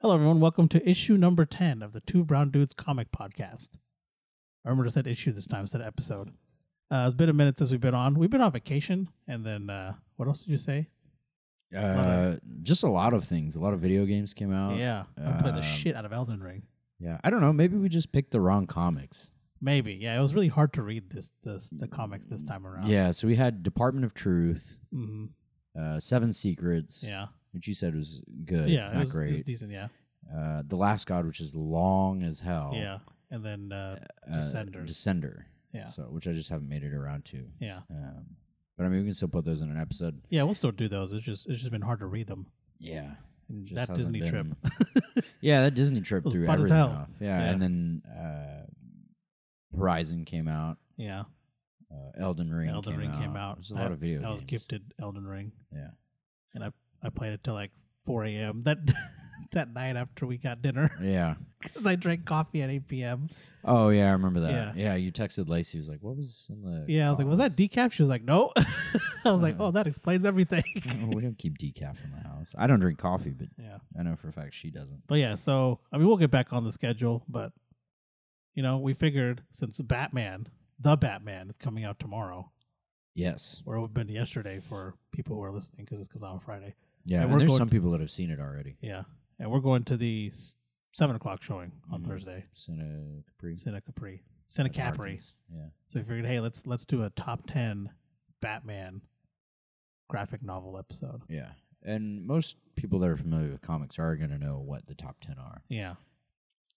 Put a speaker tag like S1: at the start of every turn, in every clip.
S1: Hello, everyone. Welcome to issue number 10 of the Two Brown Dudes comic podcast. I remember I said issue this time, I said episode. Uh, it's been a minute since we've been on. We've been on vacation, and then uh, what else did you say?
S2: Uh, just a lot of things. A lot of video games came out.
S1: yeah, I played the
S2: um,
S1: shit out of Elden Ring.
S2: Yeah. I don't know. Maybe we just picked the wrong comics.
S1: Maybe, yeah. It was really hard to read this, this the comics this time around.
S2: Yeah. So we had Department of Truth,
S1: hmm
S2: uh, Seven Secrets,
S1: yeah,
S2: which you said was good.
S1: yeah.
S2: Not
S1: it, was, it was
S2: great.
S1: decent. Yeah,
S2: uh, the Last God, which is long as hell.
S1: yeah. And then uh,
S2: Uh,
S1: Descenders.
S2: Descender.
S1: Yeah.
S2: So which I just haven't made it around to.
S1: yeah,
S2: Um, but I mean, we can still put those in an episode.
S1: yeah. We'll still do those. It's just it's just been hard to read them.
S2: Yeah.
S1: And
S2: Just
S1: that
S2: hasn't
S1: Disney trip.
S2: Yeah, that Disney trip
S1: was
S2: threw
S1: fun as
S2: everything
S1: hell.
S2: off. Yeah,
S1: Yeah.
S2: and then uh, Horizon came out.
S1: yeah,
S2: Uh, Elden Ring.
S1: Elden
S2: came
S1: Ring
S2: out.
S1: came out.
S2: There's a
S1: I-
S2: lot of video.
S1: I was
S2: games.
S1: gifted Elden Ring.
S2: Yeah.
S1: and I I played it till like 4 a.m. that that night after we got dinner
S2: Yeah.
S1: because I drank coffee at 8 p.m.
S2: Oh yeah, I remember that.
S1: Yeah.
S2: Yeah. You texted Lacey. He was like, "What was in the?"
S1: Yeah, I was like, was that
S2: decaf?
S1: decaf? She was like, no. I was like, oh, that explains everything.
S2: we don't keep decaf in the house. I don't drink coffee, but
S1: yeah,
S2: I know for a fact she doesn't.
S1: but yeah, so I mean, we'll get back on the schedule, but you know, we figured since Batman, the Batman, is coming out tomorrow,
S2: Yes.
S1: or it would have been yesterday for people who are listening because this comes out on Friday.
S2: Yeah.
S1: And
S2: And,
S1: we're
S2: there's
S1: going-
S2: some people that have seen it already.
S1: Yeah, and we're going to the s- seven o'clock showing on
S2: Mhm.
S1: Thursday,
S2: Cine Capri.
S1: Santa Capri, Santa Capri.
S2: Yeah.
S1: So we figured, hey, let's let's do a top ten Batman graphic novel episode.
S2: Yeah. And most people that are familiar with comics are going to know what the top ten are.
S1: Yeah,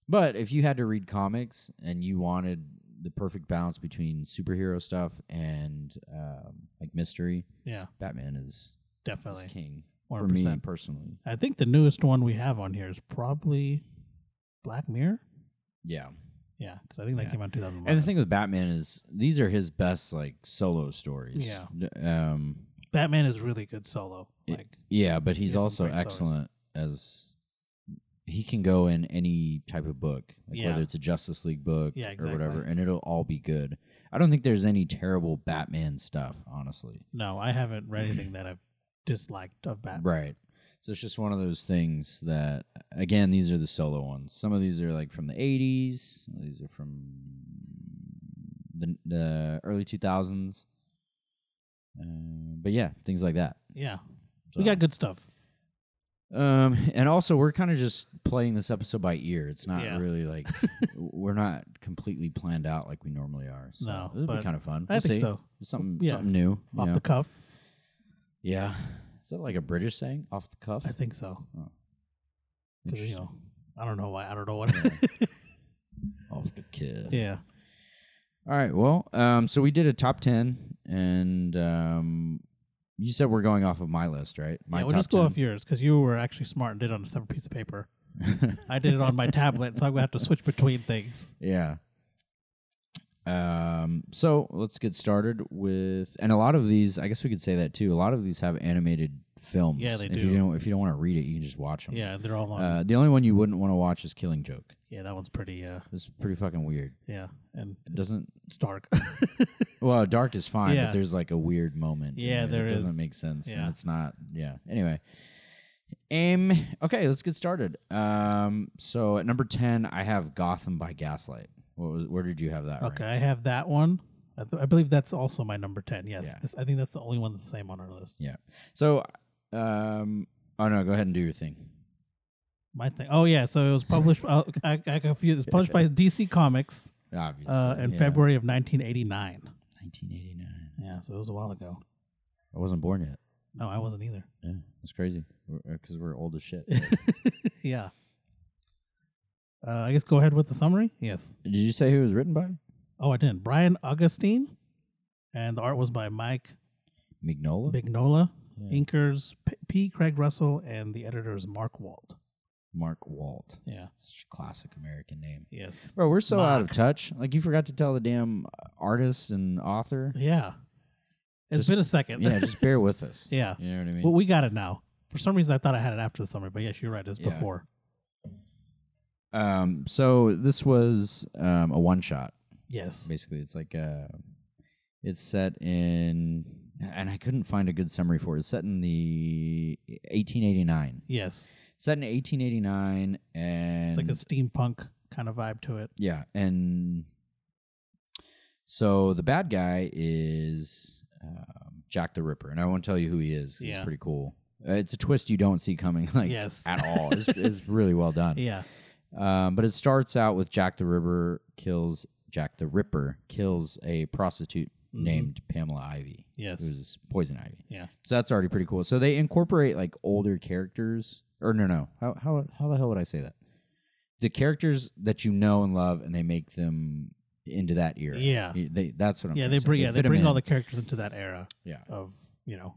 S2: But if you had to read comics and you wanted the perfect balance between superhero stuff and um, like mystery,
S1: yeah,
S2: Batman is, is
S1: definitely.
S2: king for me
S1: 100%.
S2: personally.
S1: I think the newest one we have on here is probably Black Mirror.
S2: Yeah.
S1: Yeah, because I think that
S2: Yeah.
S1: came out in 2011.
S2: And the thing with Batman is these are his best like solo stories.
S1: Yeah.
S2: D- Um
S1: Batman is really good solo.
S2: It-
S1: Like,
S2: yeah, but he's
S1: He has some
S2: also
S1: great solos.
S2: excellent as he can go in any type of book, like
S1: Yeah.
S2: whether it's a Justice League book
S1: Yeah,
S2: or whatever,
S1: exactly.
S2: and it'll all be good. I don't think there's any terrible Batman stuff, honestly.
S1: no, I haven't read anything that I've disliked of Batman.
S2: Right. So it's just one of those things that, again, these are the solo ones. Some of these are like from the 80s. Some of these are from the, the early 2000s. Uh, but yeah, things like that.
S1: Yeah,
S2: So,
S1: we got good stuff.
S2: um, and also we're kind of just playing this episode by ear. It's not
S1: Yeah.
S2: really like we're not completely planned out like we normally are. So
S1: No,
S2: it'll
S1: but
S2: be kind of fun.
S1: I
S2: We'll
S1: think
S2: see.
S1: so.
S2: Something,
S1: Yeah.
S2: something new. you
S1: Off
S2: know?
S1: the cuff,
S2: yeah. Is that like a British saying? Off the cuff.
S1: I think so. Because you
S2: Interesting.
S1: know, I don't know why. I don't know what.
S2: off the cuff.
S1: yeah,
S2: All right. Well, um, so we did a top ten, and um, you said we're going off of my list, right? My
S1: yeah. We'll
S2: top
S1: just go
S2: 10.
S1: off yours because you were actually smart and did it on a separate piece of paper. I did it on my tablet, so I'm gonna have to switch between things.
S2: yeah. Um. So let's get started with, and a lot of these, I guess we could say that too. A lot of these have animated films.
S1: Yeah, they
S2: if
S1: do.
S2: You don't, if you don't want to read it, you can just watch them.
S1: Yeah, um, they're all on.
S2: Uh, the only one you wouldn't want to watch is Killing Joke.
S1: yeah, that one's pretty. Uh,
S2: It's pretty fucking weird.
S1: yeah, and
S2: It doesn't.
S1: it's dark.
S2: Well, dark is fine,
S1: Yeah.
S2: but there's like a weird moment. in
S1: Yeah,
S2: there
S1: there
S2: that
S1: is.
S2: doesn't make sense.
S1: Yeah.
S2: And it's not. Yeah. Anyway. Um. Okay, let's get started. Um. So at number ten, I have Gotham by Gaslight. What was, where did you have that? ranked?
S1: okay, I have that one. I, th- I believe that's also my number ten. Yes,
S2: Yeah.
S1: this, I think that's the only one that's the same on our list.
S2: So, um. Oh no, go ahead and do your thing.
S1: My thing. Oh yeah, so it was published. uh, I, I confused. It's published by DC Comics
S2: Obviously.
S1: uh, in
S2: yeah.
S1: February of 1989.
S2: 1989.
S1: Yeah, so it was a while ago.
S2: I wasn't born yet.
S1: No, I wasn't either.
S2: Yeah, it's crazy because we're, old as shit.
S1: yeah. Uh, I guess go ahead with the summary. Yes.
S2: did you say who it was written by?
S1: Oh, I didn't. Brian Augustine, and the art was by Mike
S2: Mignola.
S1: Bignola.
S2: Yeah.
S1: Inkers P. P. Craig Russell and the editor is Mark Wald.
S2: Mark Walt.
S1: Yeah.
S2: Such a classic American name.
S1: Yes.
S2: Bro, we're so out of
S1: Mock.
S2: touch. Like you forgot to tell the damn artist and author.
S1: Yeah. It's
S2: Just-
S1: been a second.
S2: yeah, just bear with us.
S1: Yeah.
S2: You know what I mean?
S1: Well, we got it now. For some reason, I thought I had it after the summary, but yes, you're right. It's
S2: Yeah.
S1: before.
S2: um, so this was um, a one shot.
S1: Yes.
S2: Basically, it's like uh, it's set in, and I couldn't find a good summary for it. It's set in the 1889.
S1: Yes.
S2: set in 1889, and
S1: It's like a steampunk kind of vibe to it.
S2: yeah, and so the bad guy is um, Jack the Ripper, and I won't tell you who he is. 'cause
S1: Yeah.
S2: It's pretty cool. Uh, It's a twist you don't see coming, like
S1: Yes.
S2: at all. It's, it's really well done.
S1: Yeah.
S2: Um, but it starts out with Jack the Ripper kills Jack the Ripper kills a prostitute
S1: Mhm.
S2: named Pamela Ivy.
S1: Yes.
S2: who's poison ivy.
S1: Yeah.
S2: So that's already pretty cool. So they incorporate like older characters, or no, no, how how how the hell would I say that? The characters that you know and love, and they make them into that era.
S1: Yeah.
S2: Y- they, that's what I'm.
S1: Yeah,
S2: trying
S1: they
S2: to say.
S1: bring yeah, they
S2: fit 'em
S1: bring all Oh.
S2: in.
S1: the characters into that era
S2: yeah
S1: of, you know.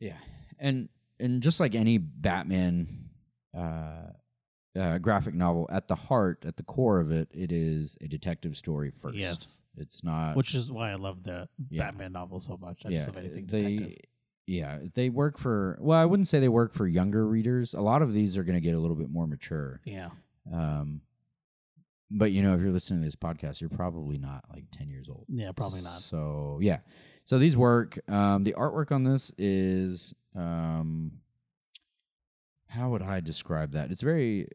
S2: yeah, and and just like any Batman uh, uh, graphic novel, at the heart, at the core of it, it is a detective story first.
S1: Yes.
S2: it's not
S1: Which is why I love the
S2: Uh, Yeah.
S1: Batman novel so much. I just love anything
S2: they,
S1: detective.
S2: Yeah, they work for. Well, I wouldn't say they work for younger readers. A lot of these are going to get a little bit more mature.
S1: Yeah.
S2: Um, but you know, if you're listening to this podcast, you're probably not like ten years old.
S1: Yeah, probably not.
S2: So yeah, so these work. Um, the artwork on this is um, how would I describe that? It's very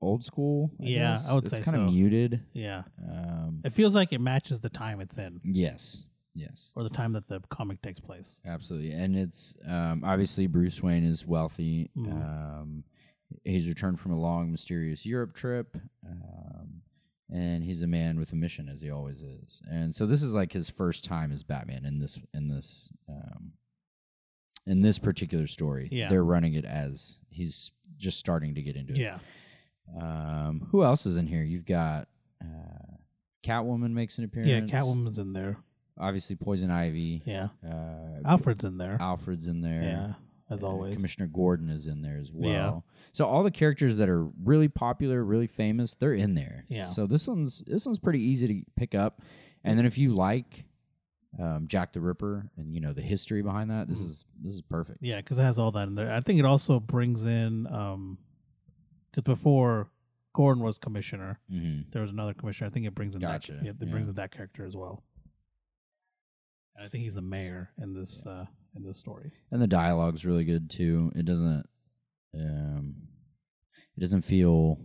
S2: old school. I
S1: Yeah,
S2: guess.
S1: I would
S2: it's
S1: say
S2: kind of
S1: so.
S2: muted.
S1: Yeah.
S2: Um,
S1: It feels like it matches the time it's in
S2: yes, yes.
S1: or the time that the comic takes place.
S2: Absolutely, and it's um, obviously Bruce Wayne is wealthy.
S1: Mhm.
S2: Um, he's returned from a long, mysterious Europe trip, um, and he's a man with a mission, as he always is. And so this is like his first time as Batman in this in this um, in this particular story.
S1: Yeah.
S2: They're running it as he's just starting to get into it.
S1: Yeah.
S2: Um, who else is in here? You've got uh, Catwoman makes an appearance.
S1: Yeah, Catwoman's in there.
S2: Obviously, Poison Ivy.
S1: Yeah.
S2: Uh,
S1: Alfred's in there.
S2: Alfred's in there.
S1: Yeah, as
S2: Uh,
S1: always.
S2: Commissioner Gordon is in there as well.
S1: Yeah.
S2: So all the characters that are really popular, really famous, they're in there.
S1: Yeah.
S2: So this one's this one's pretty easy to pick up. And then if you like um, Jack the Ripper and you know the history behind that, this
S1: Mhm.
S2: is this is perfect.
S1: Yeah, because it has all that in there. I think it also brings in um, because before Gordon was commissioner,
S2: hmm
S1: there was another commissioner. I think it brings in
S2: Gotcha,
S1: that. Yeah, it
S2: yeah.
S1: brings in that character as well. And I think he's the mayor in this uh, in this story.
S2: And the dialogue's really good too. It doesn't um, it doesn't feel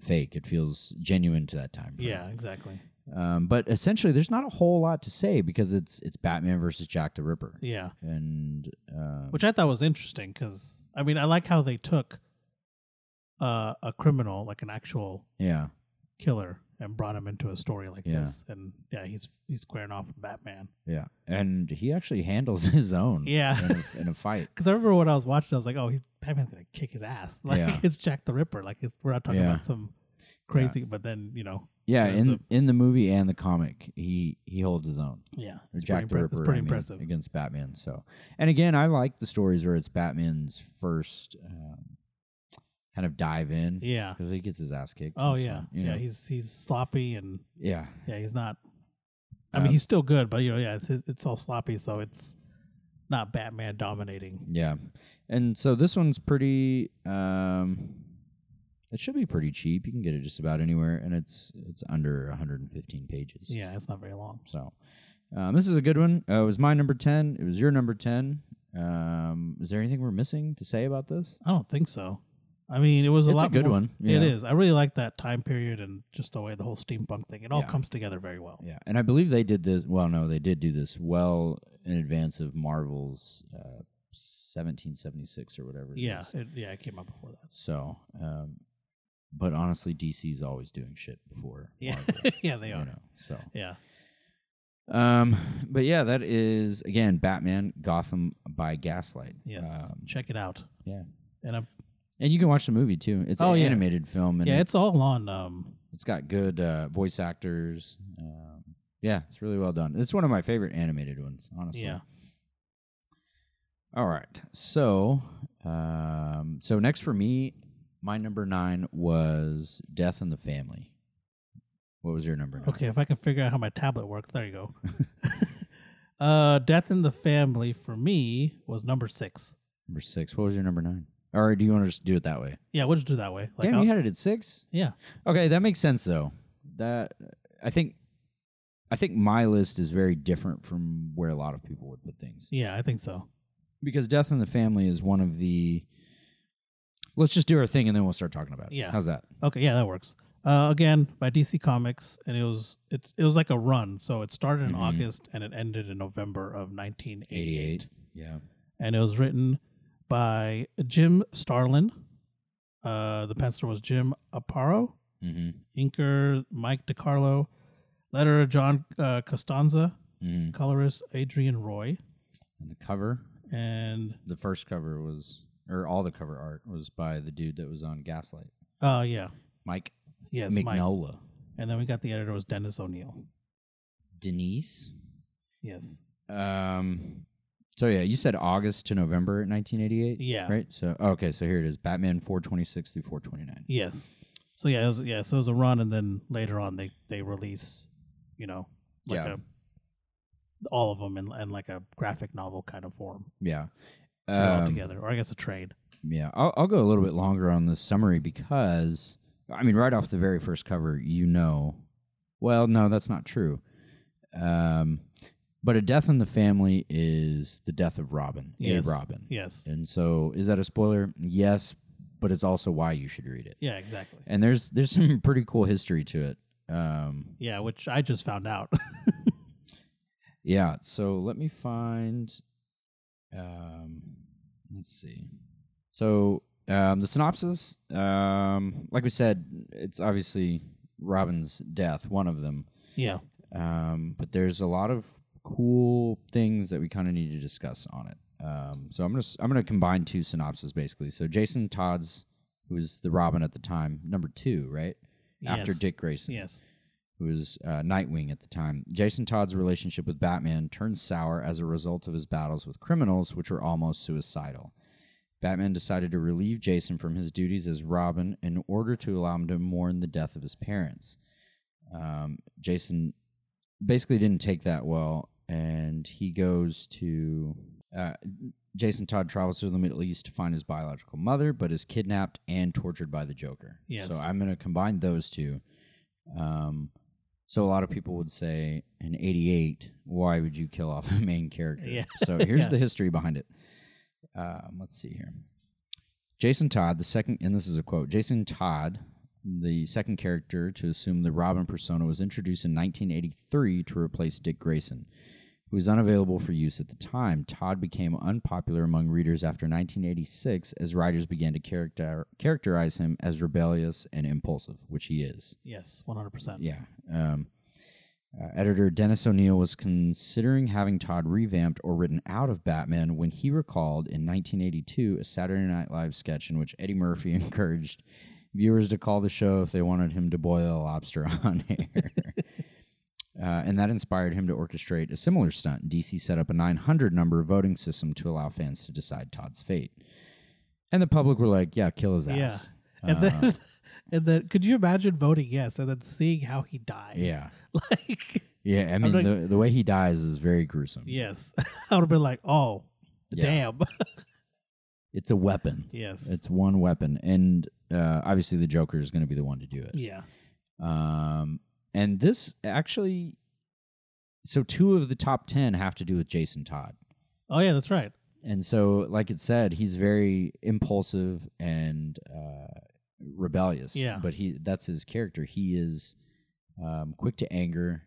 S2: fake. It feels genuine to that time. frame.
S1: Yeah, exactly.
S2: Um, but essentially, there's not a whole lot to say because it's it's Batman versus Jack the Ripper.
S1: Yeah,
S2: and um,
S1: which I thought was interesting because I mean I like how they took uh, a criminal like an actual
S2: yeah,
S1: killer and brought him into a story like
S2: Yeah.
S1: this, and yeah, he's he's squaring off with Batman.
S2: yeah, and he actually handles his own.
S1: Yeah.
S2: in a, in a fight.
S1: Because I remember when I was watching, I was like, "Oh, he's Batman's gonna kick his ass! Like
S2: Yeah.
S1: it's Jack the Ripper! Like it's, we're not talking
S2: Yeah.
S1: about some crazy." But then you know,
S2: Yeah,
S1: That's
S2: in
S1: a-
S2: in the movie and the comic, he he holds his own.
S1: yeah,
S2: Or
S1: pretty,
S2: Jack the
S1: impre-
S2: Ripper,
S1: It's pretty
S2: I mean,
S1: impressive.
S2: against Batman. So, and again, I like the stories where it's Batman's first um, kind of dive in.
S1: Yeah.
S2: because he gets his ass kicked.
S1: Oh
S2: so,
S1: yeah,
S2: you
S1: yeah.
S2: know,
S1: He's he's sloppy and
S2: yeah,
S1: yeah, he's not. I
S2: Um,
S1: mean, he's still good, but you know, yeah, it's it's all sloppy, so it's not Batman dominating.
S2: yeah. And so this one's pretty. um It should be pretty cheap. You can get it just about anywhere, and it's it's under 115 pages.
S1: Yeah, it's not very long.
S2: So um, this is a good one. Uh, it was my number ten. It was your number ten. Um, is there anything we're missing to say about this?
S1: I don't think so. I mean, it was a
S2: It's a
S1: lot.
S2: good
S1: more-
S2: one,
S1: It
S2: yeah.
S1: is. I really like that time period and just the way the whole steampunk thing. It all
S2: Yeah.
S1: comes together very well.
S2: Yeah, and I believe they did this. Well, no, they did do this well in advance of Marvel's uh, 1776 or whatever. it
S1: Yeah,
S2: is.
S1: it, yeah. It came out before that.
S2: So, um, but honestly, DC's always doing shit before.
S1: Yeah,
S2: Marvel,
S1: yeah, they
S2: you
S1: are.
S2: know, so.
S1: Yeah.
S2: Um, but yeah, that is again Batman Gotham by Gaslight.
S1: Yes.
S2: Um,
S1: Check it out.
S2: yeah.
S1: And I'm,
S2: and you can watch the movie too. It's
S1: Oh,
S2: an
S1: yeah.
S2: animated film. And
S1: yeah, it's all on. Um,
S2: It's got good uh, voice actors. Um, yeah, it's really well done. It's one of my favorite animated ones, honestly.
S1: Yeah.
S2: All right. So, um, so next for me, my number nine was Death in the Family. What was your number? Nine?
S1: okay, if I can figure out how my tablet works, there you go. uh, Death in the Family for me was number six.
S2: Number six. What was your number nine? Or do you want to just do it that way?
S1: Yeah, we'll just do that way.
S2: Damn,
S1: I'll-
S2: you had it at six.
S1: yeah,
S2: Okay, that makes sense though. That I think, I think my list is very different from where a lot of people would put things.
S1: yeah, I think so.
S2: because Death in the Family is one of the Let's just do our thing and then we'll start talking about it.
S1: Yeah.
S2: How's that?
S1: Okay, yeah, that works. Uh, again, by DC Comics, and it was it's it was like a run. So it started in
S2: Mhm.
S1: August and it ended in November of 1988,
S2: Yeah.
S1: and it was written by Jim Starlin. Uh, the penciler was Jim Aparo,
S2: Mm-hmm.
S1: inker Mike DiCarlo, letterer John uh, Costanza,
S2: mm-hmm.
S1: colorist Adrian Roy,
S2: And the cover,
S1: and
S2: the first cover was, or all the cover art was by the dude that was on Gaslight,
S1: uh, yeah,
S2: Mike
S1: yes, Mike.
S2: Mignola.
S1: And then we got the editor was Dennis O'Neill.
S2: Denise.
S1: Yes,
S2: Um. So yeah, you said August to November 1988.
S1: yeah,
S2: Right. So okay. So here it is: Batman 426 through 429.
S1: Yes. So yeah, it was, yeah. So it was a run, and then later on they they release, you know, like
S2: Yeah.
S1: a all of them in, in like a graphic novel kind of form
S2: Yeah.
S1: so they're all
S2: Um,
S1: together, or I guess a trade.
S2: Yeah, I'll, I'll go a little bit longer on this summary because, I mean, right off the very first cover, you know, well, no, that's not true. Um, but a death in the family is the death of Robin,
S1: Yes.
S2: a Robin.
S1: Yes.
S2: And so, is that a spoiler? Yes, but it's also why you should read it.
S1: Yeah. Exactly.
S2: And there's there's some pretty cool history to it. Um,
S1: Yeah, which I just found out.
S2: Yeah, so let me find um let's see. So um the synopsis, um like we said, it's obviously Robin's death, one of them.
S1: yeah.
S2: Um but there's a lot of cool things that we kind of need to discuss on it. Um so I'm going to I'm going to combine two synopses basically. So Jason Todd's who was the Robin at the time, number 2, right? After
S1: yes.
S2: Dick Grayson
S1: Yes.
S2: who was uh, Nightwing at the time. Jason Todd's relationship with Batman turned sour as a result of his battles with criminals, which were almost suicidal. Batman decided to relieve Jason from his duties as Robin in order to allow him to mourn the death of his parents. Um, Jason basically didn't take that well, and he goes to. Uh, Jason Todd travels to the Middle East to find his biological mother, but is kidnapped and tortured by the Joker.
S1: Yes.
S2: So I'm going to combine those two. Um, so a lot of people would say in 88, why would you kill off a main character?
S1: Yeah.
S2: So here's
S1: Yeah.
S2: the history behind it. Um, let's see here. Jason Todd, the second, and this is a quote Jason Todd, the second character to assume the Robin persona, was introduced in 1983 to replace Dick Grayson, who was unavailable for use at the time. Todd became unpopular among readers after 1986 as writers began to character, characterize him as rebellious and impulsive, which he is.
S1: Yes. One hundred percent.
S2: Yeah. Um, uh, editor Dennis O'Neill was considering having Todd revamped or written out of Batman when he recalled in 1982 a Saturday Night Live sketch in which Eddie Murphy encouraged viewers to call the show if they wanted him to boil a lobster on air. Uh, and that inspired him to orchestrate a similar stunt. DC set up a 900 number voting system to allow fans to decide Todd's fate. And the public were like, yeah, kill his ass.
S1: Yeah. And
S2: Uh,
S1: then, and then, could you imagine voting yes and then seeing how he dies?
S2: yeah.
S1: Like
S2: Yeah, I mean
S1: like-
S2: the the way he dies is very gruesome.
S1: yes, I would have been like, oh,
S2: Yeah.
S1: damn.
S2: It's a weapon.
S1: yes.
S2: It's one weapon, and uh, obviously the Joker is going to be the one to do it.
S1: yeah.
S2: Um, and this actually, so two of the top ten have to do with Jason Todd,
S1: Oh yeah, that's right.
S2: and so like it said, he's very impulsive and uh, rebellious.
S1: Yeah.
S2: but he that's his character. He is um, quick to anger.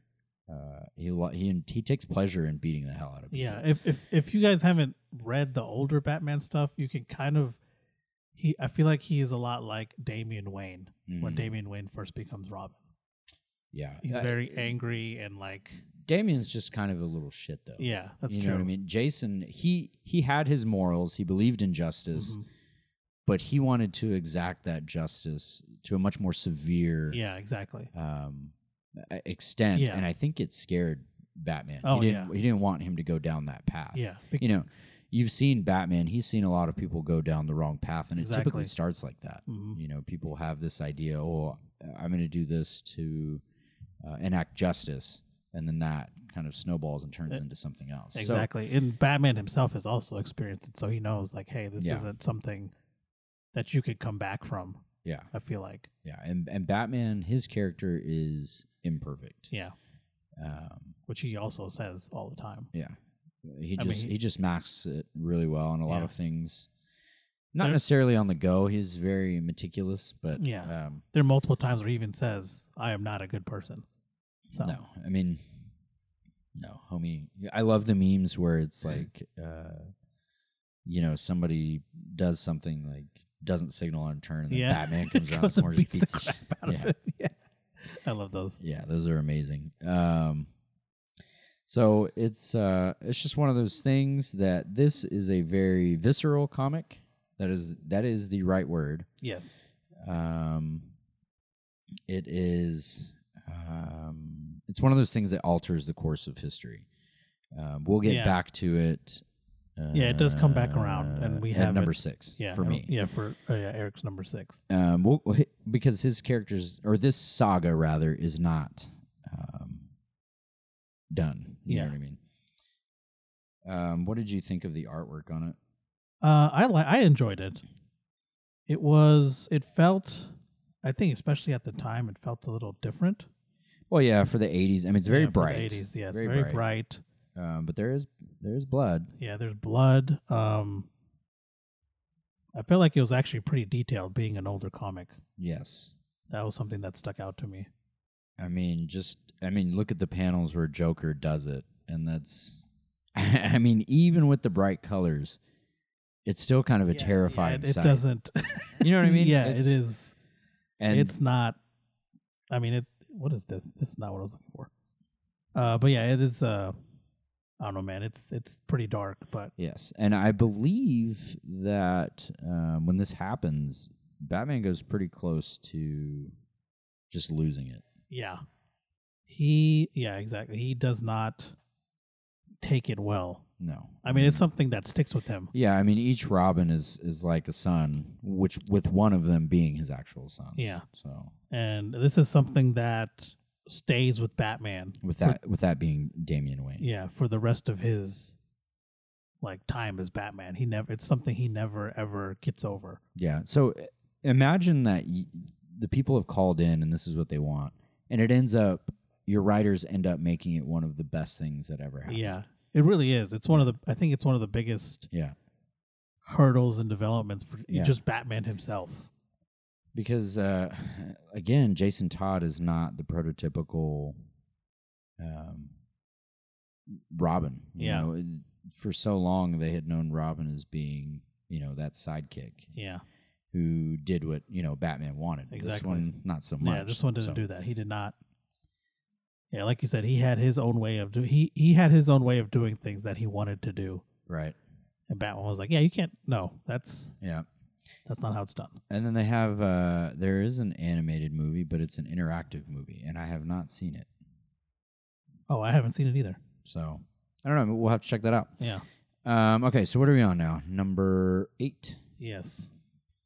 S2: Uh, he lo- he he takes pleasure in beating the hell out of people.
S1: Yeah, if if if you guys haven't read the older Batman stuff, you can kind of he I feel like he is a lot like Damian Wayne when
S2: Mhm.
S1: Damian Wayne first becomes Robin.
S2: yeah,
S1: He's
S2: Uh,
S1: very angry and like
S2: Damien's just kind of a little shit though.
S1: yeah, that's
S2: you
S1: true.
S2: know what I mean? Jason, he he had his morals, he believed in justice,
S1: Mhm.
S2: but he wanted to exact that justice to a much more severe
S1: Yeah, exactly.
S2: um e- extent.
S1: Yeah.
S2: And I think it scared Batman.
S1: Oh,
S2: he didn't
S1: yeah.
S2: he didn't want him to go down that path.
S1: Yeah.
S2: You know, you've seen Batman, he's seen a lot of people go down the wrong path and it
S1: Exactly.
S2: typically starts like that.
S1: Mhm.
S2: You know, people have this idea, oh, I'm going to do this to uh, enact justice. And then that kind of snowballs and turns
S1: Eh,
S2: into something else. So-
S1: Exactly. and Batman himself has also experienced it, so he knows like, hey, this
S2: Yeah.
S1: isn't something that you could come back from,
S2: yeah.
S1: I feel like.
S2: Yeah. And, and Batman, his character is imperfect.
S1: Yeah.
S2: Um,
S1: Which he also says all the time.
S2: yeah. He
S1: I
S2: just
S1: mean,
S2: he just masks it really well on a lot
S1: Yeah.
S2: of things. Not
S1: There-
S2: necessarily on the go. He's very meticulous, but
S1: Yeah.
S2: um,
S1: There are multiple times where he even says, "I am not a good person." So
S2: No, I mean, no, homie. I love the memes where it's like, uh, you know, somebody does something like doesn't signal on turn, and then
S1: Yeah.
S2: Batman comes around
S1: Goes and
S2: and more just
S1: beats
S2: beats.
S1: the
S2: the
S1: crap
S2: shit.
S1: out
S2: yeah,
S1: of it. Yeah, I love those.
S2: yeah, those are amazing. Um, so it's uh, it's just one of those things that this is a very visceral comic. That is that is the right word.
S1: Yes.
S2: Um, it is. Um, it's one of those things that alters the course of history. Um, we'll get
S1: Yeah.
S2: back to it. Uh,
S1: Yeah, it does come back around, and we
S2: at
S1: have
S2: number
S1: it-
S2: six.
S1: Yeah.
S2: for
S1: um,
S2: me.
S1: Yeah, for uh, yeah, Eric's number six.
S2: Um, we'll, we'll hit- because his characters or this saga rather is not um, done. You
S1: Yeah.
S2: know what I mean. Um, what did you think of the artwork on it?
S1: Uh, I li- I enjoyed it. It was. It felt. I think, especially at the time, it felt a little different.
S2: Well, yeah, for the '80s. I mean, it's very
S1: Yeah, for the
S2: bright.
S1: 80s. Yeah, it's
S2: Very
S1: very,
S2: bright.
S1: bright.
S2: Um, but there is there is blood.
S1: Yeah, there's blood. Um, I feel like it was actually pretty detailed, being an older comic.
S2: Yes.
S1: That was something that stuck out to me.
S2: I mean, just I mean, look at the panels where Joker does it, and that's I mean, even with the bright colors, it's still kind of a
S1: Yeah, yeah,
S2: terrifying
S1: It, it
S2: sight.
S1: doesn't.
S2: You know what I mean?
S1: yeah,
S2: It's-
S1: it is.
S2: And
S1: it's not. I mean, it. What is this? This is not what I was looking for. Uh, but yeah, it is. Uh, I don't know, man. It's it's pretty dark, but
S2: yes, and I believe that um, when this happens, Batman goes pretty close to just losing it.
S1: yeah, he. Yeah, exactly. He does not take it well.
S2: No,
S1: I mean, it's something that sticks with him.
S2: yeah. I mean, each Robin is is like a son, which with one of them being his actual son.
S1: Yeah.
S2: So
S1: and this is something that stays with Batman.
S2: with
S1: For-
S2: that with that being Damian Wayne.
S1: yeah, for the rest of his like time as Batman, he never. It's something he never ever gets over.
S2: Yeah. So uh, imagine that y- the people have called in and this is what they want. And it ends up, your writers end up making it one of the best things that ever happened.
S1: Yeah, it really is. It's one of the. I think it's one of the biggest
S2: Yeah.
S1: hurdles and developments for
S2: Yeah.
S1: just Batman himself.
S2: Because, uh, again, Jason Todd is not the prototypical um, Robin. You
S1: Yeah.
S2: Know? And For so long, they had known Robin as being, you know, that sidekick
S1: Yeah,
S2: who did what, you know, Batman wanted. This
S1: Exactly.
S2: one, not so much.
S1: yeah. This one didn't
S2: So-
S1: do that. He did not. Yeah, like you said, he had his own way of do. He he had his own way of doing things that he wanted to do,
S2: Right.
S1: and Batman was like, "Yeah, you can't. No, that's
S2: Yeah.
S1: that's not how it's done."
S2: And then they have uh there is an animated movie, but it's an interactive movie, and I have not seen it.
S1: Oh, I haven't seen it either.
S2: So I don't know, but we'll have to check that out.
S1: Yeah.
S2: Um okay, so what are we on now? Number eight.
S1: Yes.